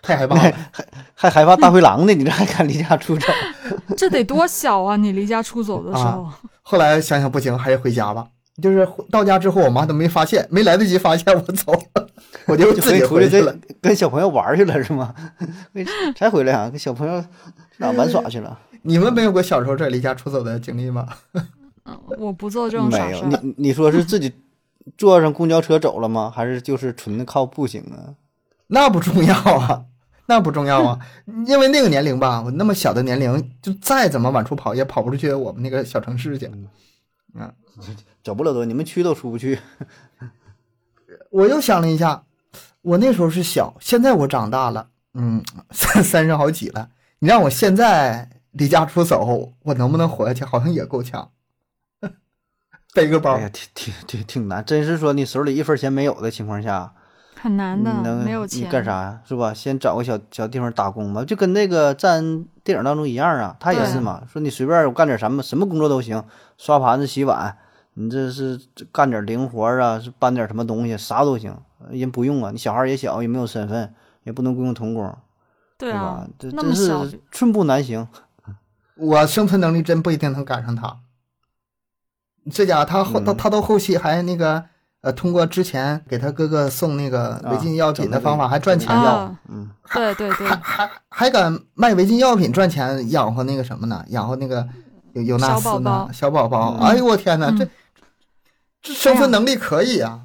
B: 太害怕了。
D: 还害怕大灰狼呢，你这还敢离家 出走？
C: 这得多小啊！你离家出走的时
D: 啊
C: 候，
B: 后来想想不行，还是回家吧。就是回到家之后，我妈都没发现，没来得及发现我走了，我就
D: 就
B: 自
D: 回
B: 己
D: 出去
B: 回去了。
D: 跟跟小朋友玩去了是吗？ 为才回来啊，跟小朋友去哪玩耍去了？
B: 你们没有过小时候这离家出走的经历吗？
C: 嗯，我不做这种傻
D: 没有，
C: 事儿。
D: 你你说是自己坐上公交车走了吗？还是就是纯的靠步行啊？
B: 那不重要啊，那不重要啊，因为那个年龄吧，我那么小的年龄，就再怎么往出跑，也跑不出去我们那个小城市去。
D: 走不了多，你们区都出不去。
B: 我又想了一下，我那时候是小，现在我长大了，嗯，三三十好几了。你让我现在离家出走，我能不能活下去？好像也够呛，背个包
D: 哎。呀，挺挺挺挺难，真是说你手里一分钱没有的情况下，
C: 很难
D: 你
C: 的，
D: 能
C: 没有
D: 你
C: 钱
D: 干？啥呀？是吧？先找个小小地方打工吧，就跟那个咱电影当中一样啊，他也
C: 对
D: 是嘛，说你随便我干点什么什么工作都行，刷盘子、洗碗，你这是这干点零活啊，是搬点什么东西，啥都行。人不用啊，你小孩也小，也没有身份，也不能雇佣童工，
C: 对
D: 是
C: 啊
D: 吧？这，
C: 那
D: 真
C: 么小，
D: 是寸步难行。
B: 我生存能力真不一定能赶上他。这家伙他后到
D: 嗯
B: 他到后期还那个呃，通过之前给他哥哥送那个违禁药品的方法，
D: 啊
B: 还赚钱
D: 整
B: 要，
C: 啊，
D: 嗯，
C: 对对 对
B: 还，还还敢卖违禁药品赚钱养活那个什么呢？养活那个有有纳斯
C: 小宝
B: 呢
C: 宝？
B: 小宝宝，
D: 嗯
B: 哎呦我天哪，
C: 嗯
B: 这这生存能力可以啊！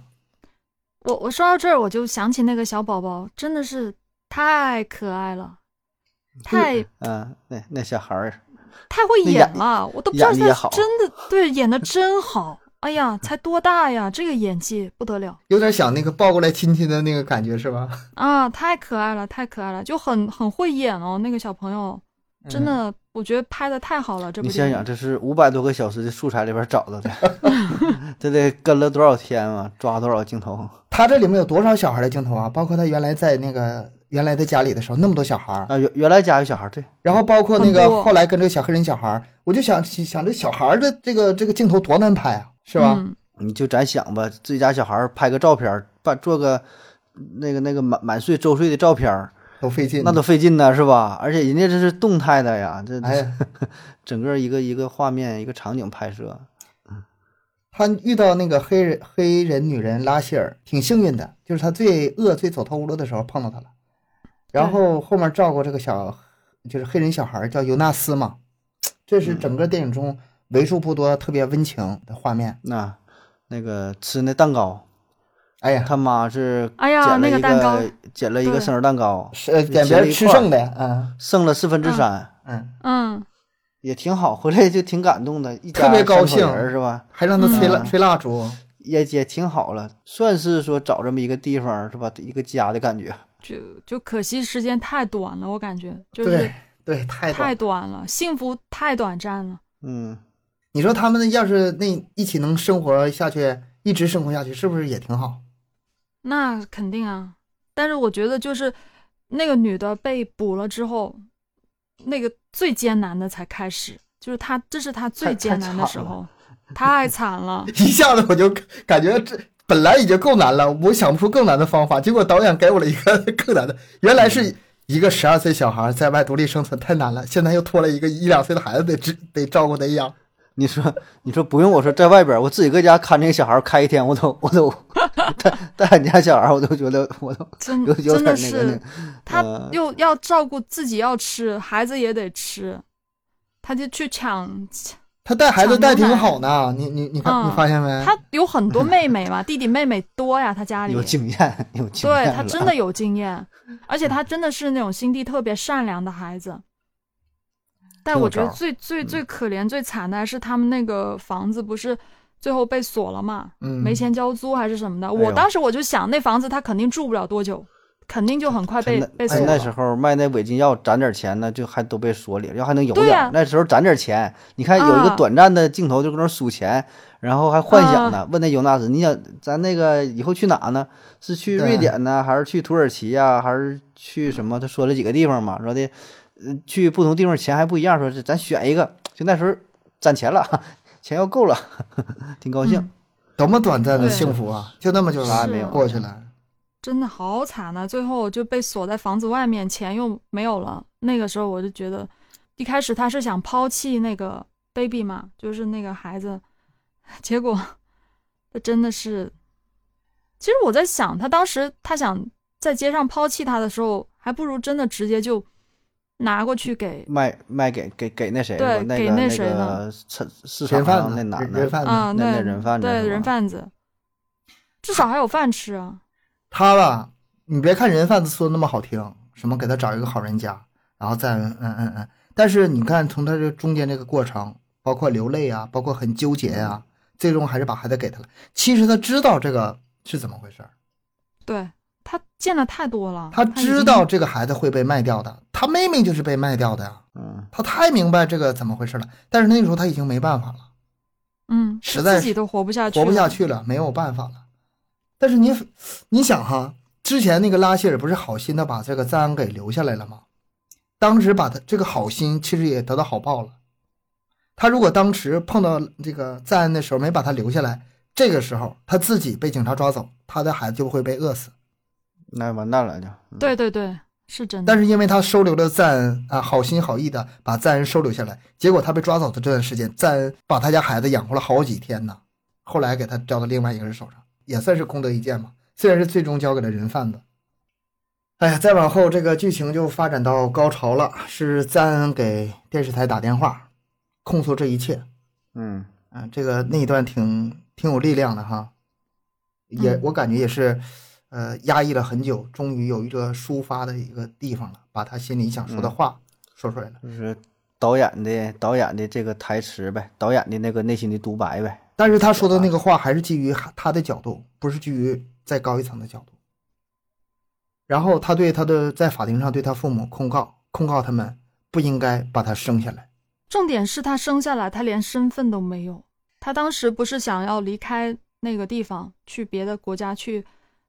C: 我我说到这儿，我就想起那个小宝宝，真的是太可爱了，太
D: 嗯，那那小孩儿，
C: 太会
D: 那
C: 演
D: 演
C: 了，我都不知道
D: 演得也
C: 他
D: 好
C: 真的对演的真好。哎呀，才多大呀，这个演技不得了
B: 有点想那个抱过来亲亲的那个感觉是吧？
C: 啊，太可爱了，太可爱了，就很很会演哦。那个小朋友真的，我觉得拍的太好了，这部
D: 你想
C: 电
D: 想，
C: 影。
D: 这是五百多个小时的素材里边找到 的，这得跟了多少天啊，抓多少镜头
B: 他这里面有多少小孩的镜头啊？包括他原来在那个原来的家里的时候，那么多小孩儿，
D: 啊！原原来家有小孩儿，对，
B: 然后包括那
C: 很
B: 个
C: 多
B: 后来跟这个小黑人小孩儿，我就想想这小孩儿的这个这个镜头多难拍啊，是吧？
C: 嗯，
D: 你就咱想吧，自己家小孩儿拍个照片儿，办做个那个那个满满岁周岁的照片儿，
B: 都费劲，
D: 那都费劲呢，是吧？而且人家这是动态的呀，这
B: 哎呀。
D: 整个一个一个画面一个场景拍摄，
B: 他遇到那个黑人黑人女人拉希尔，挺幸运的，就是他最饿、最走投无路的时候碰到她了。然后后面照顾这个小，就是黑人小孩儿叫尤纳斯嘛，这是整个电影中为数不多特别温情的画面。
D: 那那个吃那蛋糕，
B: 哎呀，
D: 他妈是
C: 哎
D: 捡
C: 呀，
D: 了
C: 那
D: 一
C: 个蛋糕，
D: 捡了一个
C: 对
D: 生日蛋糕，
B: 是给别人吃剩的，嗯
D: 剩了四分之
C: 嗯
D: 三。
B: 嗯，
C: 嗯，
D: 也挺好，回来就挺感动的，一家
B: 特别高兴
D: 三口人是吧？
B: 还让他吹蜡
D: 嗯
B: 吹蜡烛，
D: 也也挺好了，算是说找这么一个地方是吧？一个家的感觉。
C: 就就可惜时间太短了，我感觉就是
B: 对对，太
C: 太
B: 太。
C: 短了，幸福太短暂了。
D: 嗯，
B: 你说他们要是那一起能生活下去，一直生活下去，是不是也挺好？
C: 那肯定啊，但是我觉得就是那个女的被捕了之后，那个最艰难的才开始，就是她，这是她最
D: 太
C: 艰难的时候，太惨 了。
B: 一下子我就感觉这本来已经够难了，我想不出更难的方法，结果导演给我了一个 更难的，原来是
C: 嗯
B: 一个十二岁小孩在外独立生存太难了，现在又拖了一个一两岁的孩子得只得照顾得养，
D: 你说你说不用我说，在外边我自己搁家看这个小孩儿开一天，我都我都 带俺家小孩，我都觉得我都
C: 真
D: 有有点
C: 真的
D: 那个
C: 是
D: 那，
C: 他
D: 呃
C: 又要照顾自己要吃，孩子也得吃，他就去抢，
B: 他带孩子
C: 抢
B: 带
C: 牛奶
B: 挺好呢，你你你看
C: 嗯
B: 你发现没？
C: 他有很多妹妹嘛，弟弟妹妹多呀，他家里
D: 哎有经验，有经验
C: 对
D: 了。
C: 他真的有经验，而且他真的是那种心地特别善良的孩子。但
B: 挺有
C: 我觉得
B: 招儿
C: 最最最可怜、最惨的还是他们那个房子不是最后被锁了嘛，
B: 嗯，
C: 没钱交租还是什么的。
D: 哎呦
C: 我当时我就想，那房子他肯定住不了多久，肯定就很快被
D: 那
C: 被锁
D: 哎那
C: 了。
D: 时候卖那违禁药攒点钱呢，就还都被锁里了，要还能有
C: 对
D: 点儿。
C: 呀
D: 那时候攒点钱，你看有一个
C: 啊
D: 短暂的镜头就搁那儿数钱，然后还幻想
C: 啊
D: 呢，问那尤纳斯，你想咱那个以后去哪呢？是去
B: 对
D: 瑞典呢，还是去土耳其呀、还是去什么？他说了几个地方嘛，说的，呃去不同地方钱还不一样，说是咱选一个。就那时候攒钱了， 钱要够了， 挺高兴。
C: 嗯
B: 多么短暂的
C: 对
B: 幸福啊！就那么就
C: 啥也没有
B: 过去了。
C: 真的好惨呐、最后就被锁在房子外面，钱又没有了。那个时候我就觉得，一开始他是想抛弃那个 baby 嘛，就是那个孩子， 结果他真的是，其实我在想，他当时他想在街上抛弃他的时候，还不如真的直接就拿过去给
D: 卖卖给给给那谁
C: 对
D: 吧，那
C: 给
D: 个
C: 那
D: 那
C: 谁呢
D: 个市市
B: 人
D: 场
B: 贩
D: 上
B: 子，
D: 那男
B: 人
D: 的
B: 人，贩子，
C: 啊、
D: 那
C: 那
D: 那人贩子是
C: 对
D: 吧
C: 人贩子，至少还有饭吃啊。
B: 他吧，你别看人贩子说的那么好听，什么给他找一个好人家，然后再嗯嗯嗯嗯，但是你看从他这中间这个过程，包括流泪啊，包括很纠结啊，最终还是把孩子给他了。其实他知道这个是怎么回事儿，
C: 对他见的太多了，
B: 他
C: 已
B: 知
C: 经
B: 道这个孩子会被卖掉的，他妹妹就是被卖掉的呀，
D: 嗯。
B: 他太明白这个怎么回事了。但是那个时候他已经没办法了。
C: 嗯，
B: 实在
C: 自己
B: 是
C: 都活不下去，
B: 活不下。去了，没有办法了。但是你，你想哈，之前那个拉希尔不是好心的把这个赞恩给留下来了吗？当时把他这个好心其实也得到好报了。他如果当时碰到这个赞恩的时候没把他留下来，这个时候他自己被警察抓走，他的孩子就会被饿死。
D: 那完蛋了就。嗯，
C: 对对对，是真的。
B: 但是因为他收留了赞恩啊，好心好意的把赞恩收留下来，结果他被抓走的这段时间，赞恩把他家孩子养活了好几天呢。后来给他交到另外一个人手上，也算是功德一件吧。虽然是最终交给了人贩子。哎呀，再往后这个剧情就发展到高潮了，是赞恩给电视台打电话，控诉这一切。
D: 嗯，
B: 啊，这个那一段挺挺有力量的哈，也
C: 嗯
B: 我感觉也是，呃，压抑了很久，终于有一个抒发的一个地方了，把他心里想说的
D: 嗯
B: 话说出来了。
D: 就是导演的导演的这个台词呗，导演的那个内心的独白呗。
B: 但是他说的那个话还是基于他的角度，不是基于再高一层的角度。然后他对他的在法庭上对他父母控告，控告他们不应该把他生下来。
C: 重点是他生下来，他连身份都没有。他当时不是想要离开那个地方，去别的国家去，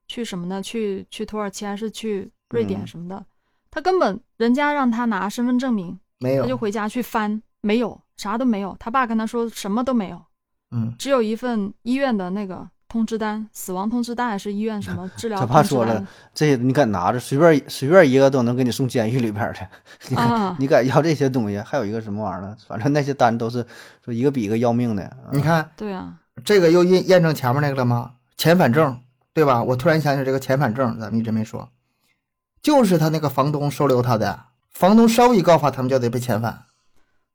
C: 去什么呢？去去土耳其还是去瑞典
D: 嗯
C: 什么的？他根本人家让他拿身份证明，
B: 没
C: 他就
B: 有，
C: 回家去翻，没有，啥都没有。他爸跟他说什么都没有，
B: 嗯，
C: 只有一份医院的那个通知单，死亡通知单还是医院什么治疗
D: 他
C: 通知
D: 爸
C: 单？啊
D: 说了这些你敢拿着，随便随便一个都能给你送监狱里边去。你敢、
C: 啊
D: 你敢要这些东西？还有一个什么玩意儿呢？反正那些单都是说一个比一个要命的。啊
B: 你看
C: 对啊，
B: 这个又验验证前面那个了吗？遣返证，对吧？我突然想起这个遣返证，咱们一直没说，就是他那个房东收留他的，房东稍一告发，他们就得被遣返。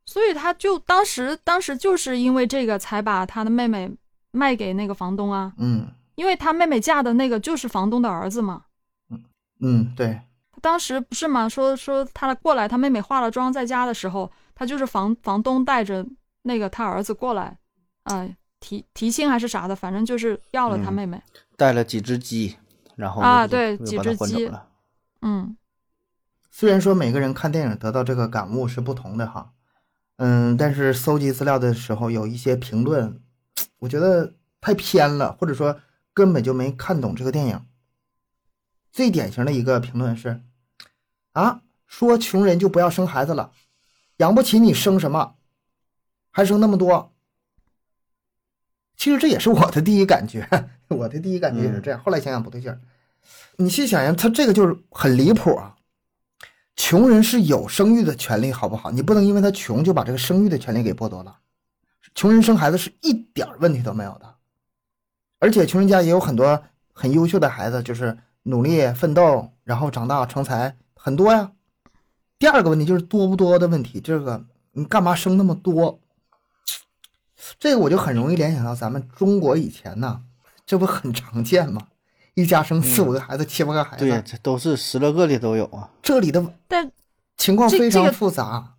C: 所以他就当时当时就是因为这个才把他的妹妹卖给那个房东啊，
B: 嗯
C: 因为他妹妹嫁的那个就是房东的儿子嘛。
B: 嗯，对，
C: 他当时不是嘛，说说他过来，他妹妹化了妆在家的时候，他就是房房东带着那个他儿子过来，呃，提提亲还是啥的，反正就是要了他
D: 嗯
C: 妹妹。
D: 带了几只鸡，然后
C: 啊
D: 就就
C: 对
D: 就
C: 几
D: 把他
C: 只
D: 换走
C: 鸡
D: 了
C: 嗯
B: 虽然说每个人看电影得到这个感悟是不同的哈，嗯，但是搜集资料的时候有一些评论，我觉得太偏了，或者说根本就没看懂这个电影。最典型的一个评论是：啊，说穷人就不要生孩子了，养不起你生什么，还生那么多。其实这也是我的第一感觉， 我的第一感觉也是这样。后来想想不对劲儿，你细想想，他这个就是很离谱啊。穷人是有生育的权利，好不好？你不能因为他穷就把这个生育的权利给剥夺了。穷人生孩子是一点儿问题都没有的，而且穷人家也有很多很优秀的孩子，就是努力奋斗，然后长大成才，很多呀。第二个问题就是多不多的问题，这个你干嘛生那么多？这个我就很容易联想到咱们中国以前呐，这不很常见吗？一家生四五个孩子、七八个孩子，
D: 嗯对，这都是十来个的都有啊。
B: 这里的
C: 但
B: 情况
C: 这
B: 非
C: 这
B: 常
C: 个
B: 复杂。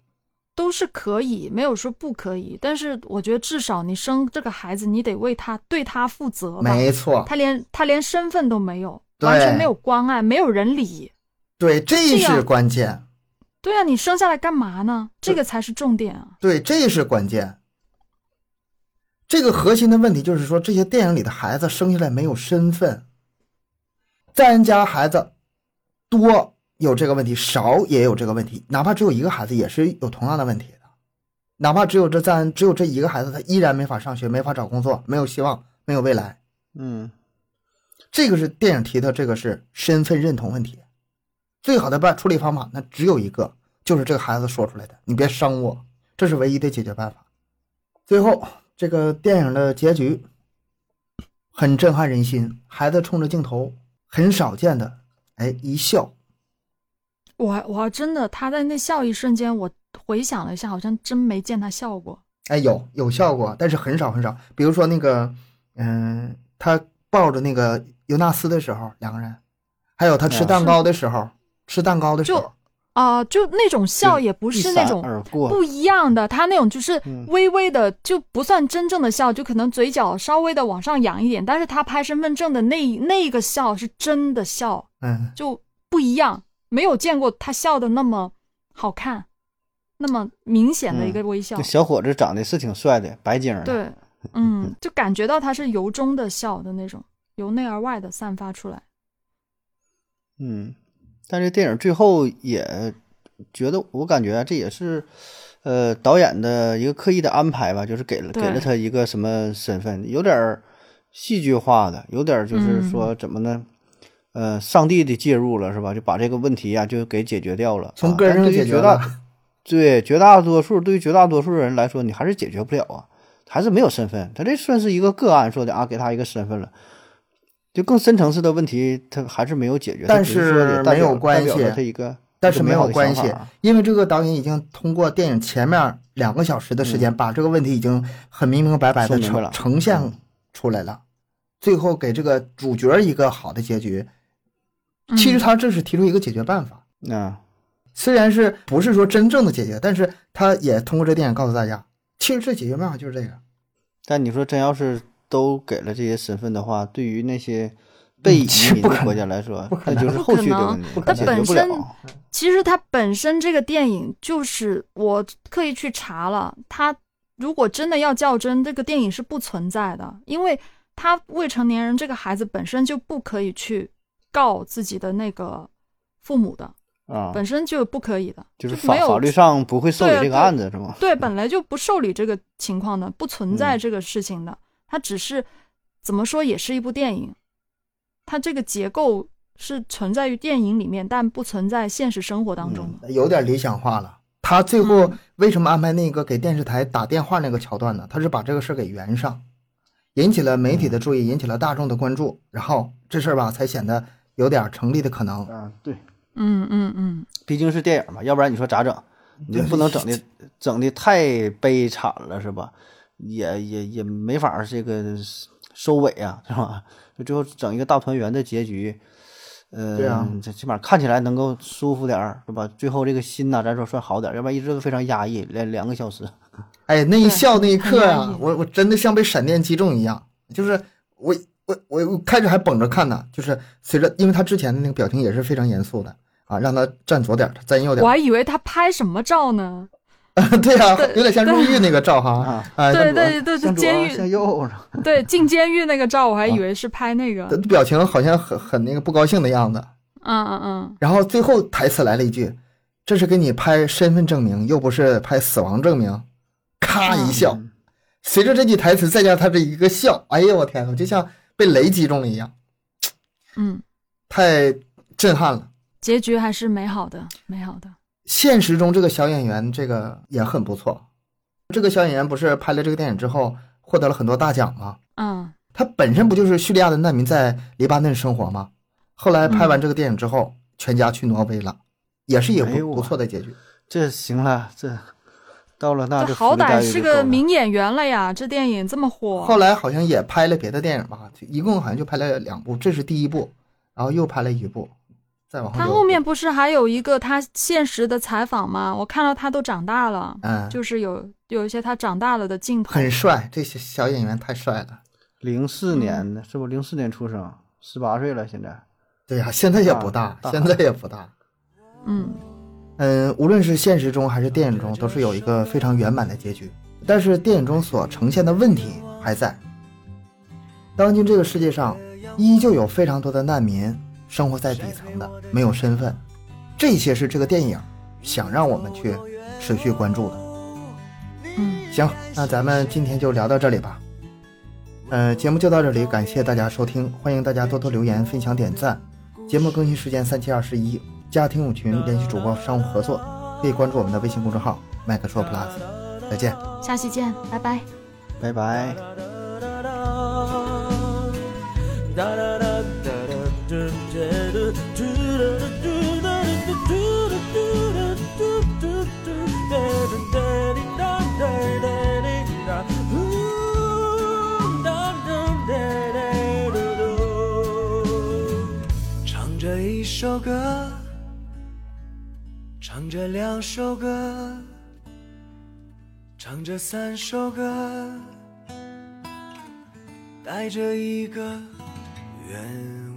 C: 都是可以，没有说不可以。但是我觉得至少你生这个孩子，你得为他对他负责吧。
B: 没错，
C: 他连他连身份都没有，
B: 对
C: 完全没有关爱，没有人理。
B: 对，这
C: 这样
B: 是关键。
C: 对啊，你生下来干嘛呢？这个才是重点啊！
B: 对，这是关键。这个核心的问题就是说，这些电影里的孩子生下来没有身份。在人家孩子多有这个问题，少也有这个问题，哪怕只有一个孩子，也是有同样的问题的。哪怕只有这咱只有这一个孩子，他依然没法上学，没法找工作，没有希望，没有未来。
D: 嗯，
B: 这个是电影提的，这个是身份认同问题。最好的办处理方法，那只有一个，就是这个孩子说出来的，你别伤我，这是唯一的解决办法。最后，这个电影的结局很震撼人心，孩子冲着镜头很少见的，哎，一笑，
C: 我还我还真的，他在那笑一瞬间，我回想了一下，好像真没见他笑过。
B: 哎，有有效果，但是很少很少。比如说那个，嗯、他抱着那个尤纳斯的时候，两个人，还有他吃
D: 啊
B: 蛋
C: 是
B: 糕的时候，吃蛋糕的时
C: 就
B: 候，
C: 啊、就那种笑也不
D: 一
C: 是那
D: 闪
C: 种
D: 而过，
C: 不一样的，他那种就是
D: 嗯
C: 微微的，就不算真正的笑，就可能嘴角稍微的往上扬一点，但是他拍身份证的那那个笑是真的笑，
B: 嗯，
C: 就不一样，没有见过他笑的那么好看，那么明显的一个微笑
D: 那。小伙子长得是挺帅的，白净儿的。
C: 对，嗯，就感觉到他是由衷的笑的那种，由内而外的散发出来。
D: 嗯，但这电影最后也觉得，我感觉啊这也是，呃，导演的一个刻意的安排吧，就是给了给
C: 对
D: 了他一个什么身份，有点儿戏剧化的，有点儿就是
C: 嗯
D: 说怎么呢？呃，上帝的介入了是吧？就把这个问题啊就给解决掉了，
B: 从
D: 啊
B: 根儿
D: 但
B: 上
D: 对于
B: 解决
D: 绝
B: 了
D: 大。对绝大多数，对于绝大多数人来说，你还是解决不了啊，还是没有身份。他这算是一个个案，说的啊，给他一个身份了，就更深层次的问题，他还是没有解决。
B: 但
D: 他只是说也
B: 是
D: 代
B: 没有
D: 表
B: 关系
D: 代表了他一个，
B: 但是没
D: 一
B: 有
D: 个美好
B: 关
D: 的想
B: 系
D: 法啊，
B: 因为这个导演已经通过电影前面两个小时的时间，把这个问题已经很明明白白
D: 嗯说
B: 的
D: 明白
B: 呈
D: 了
B: 呈现
D: 嗯
B: 出来了，最后给这个主角一个好的结局。
C: 嗯
B: 其实他这是提出一个解决办法，
D: 嗯，
B: 虽然是不是说真正的解决，但是他也通过这电影告诉大家，其实这解决办法就是这个。
D: 但你说真要是都给了这些身份的话，对于那些被移
B: 是
D: 民
B: 嗯不可
D: 的
B: 能
D: 国家来说
B: 不，可
D: 那
B: 能
D: 就是后续
C: 不可
D: 的
C: 能
D: 问题
B: 不，可
D: 解决
B: 能
D: 不
C: 它本
D: 了。
C: 其实它本身这个电影就是我刻意去查了，它如果真的要较真，这个电影是不存在的，因为他未成年人这个孩子本身就不可以去告自己的那个父母的，
D: 啊，
C: 本身就不可以的，
D: 就是
C: 没
D: 法
C: 有
D: 法律上不会受理
C: 对啊
D: 这个
C: 对
D: 案子是吗？
C: 对本来就不受理这个情况的，不存在
D: 嗯
C: 这个事情的，它只是怎么说也是一部电影，它这个结构是存在于电影里面，但不存在现实生活当中的。
B: 有点理想化了。他最后
C: 嗯
B: 为什么安排那个给电视台打电话那个桥段呢？他是把这个事儿给圆上，引起了媒体的注意，引起了大众的关注，然后这事儿吧才显得有点成立的可能。
D: 嗯，对，
C: 嗯嗯嗯。
D: 毕竟是电影嘛，要不然你说咋整？你不能 整的整的太悲惨了是吧？也也也没法儿这个收尾啊，是吧？就最后整一个大团圆的结局，呃，
B: 对啊
D: 这起码看起来能够舒服点儿，是吧？最后这个心呐、咱说算好点儿，要不然一直都非常压抑，两两个小时。
B: 哎，那一笑那一刻
C: 很压
B: 啊
C: 抑，
B: 我我真的像被闪电击中一样，就是我我我我开始还绷着看呢，就是随着因为他之前的那个表情也是非常严肃的啊，让他站左点儿，他站右点
C: 我
B: 儿，
C: 还以为他拍什么照呢？
B: 对啊，
C: 对
B: 有点像入狱那个照哈
D: 啊，
B: 哎，
C: 对
B: 那
C: 对对，就
D: 向左
C: 监
D: 啊，
C: 狱
D: 向右，
C: 对进监狱那个照，我还以为是拍那个。
D: 嗯
B: 他表情好像很很那个不高兴的样子。
C: 嗯嗯嗯，
B: 然后最后台词来了一句：“这是给你拍身份证明，又不是拍死亡证明。”咔一笑，
D: 嗯
B: 随着这句台词，再加上他这一个笑，哎呦我天呐，我就像被雷击中了一样，
C: 嗯，
B: 太震撼了。
C: 结局还是美好的，美好的。
B: 现实中这个小演员这个也很不错，这个小演员不是拍了这个电影之后获得了很多大奖吗？
C: 嗯，
B: 他本身不就是叙利亚的难民在黎巴嫩生活吗？后来拍完这个电影之后，全家去挪威了，也是一个
D: 嗯哎呦
B: 不不错的结局。
D: 这行了，这到了那
C: 这
D: 这
C: 好
D: 福利待
C: 歹
D: 遇
C: 是
D: 就够
C: 个
D: 了
C: 名演员了呀，这电影这么
B: 后
C: 火，
B: 来好像也拍了别的电影吧，一共好像就拍了两部，这是第一部，然后又拍了一部，再往后
C: 他
B: 就
C: 后面不是还有一个他现实的采访吗？我看到他都长大了，
B: 嗯
C: 就是有有一些他长大了的镜头。
B: 很帅，这些小演员太帅了。
D: 零
C: 嗯
D: 四年的，是不？零四年出生，十八岁了，现在
B: 对呀、现在也不
C: 啊
B: 大，
D: 大
B: 现在也不大。
C: 嗯，
B: 嗯，无论是现实中还是电影中，都是有一个非常圆满的结局。但是电影中所呈现的问题还在。当今这个世界上，依旧有非常多的难民生活在底层的，没有身份，这些是这个电影想让我们去持续关注的。
C: 嗯，
B: 行，那咱们今天就聊到这里吧。呃，节目就到这里，感谢大家收听，欢迎大家多多留言、分享、点赞。节目更新时间三七二十一，加听友群联系主播商务合作，可以关注我们的微信公众号“麦克说 Plus”。再见。
C: 下期见，拜拜。
D: 拜拜。
A: 唱着一首歌，唱着两首歌，唱着三首歌，带着一个愿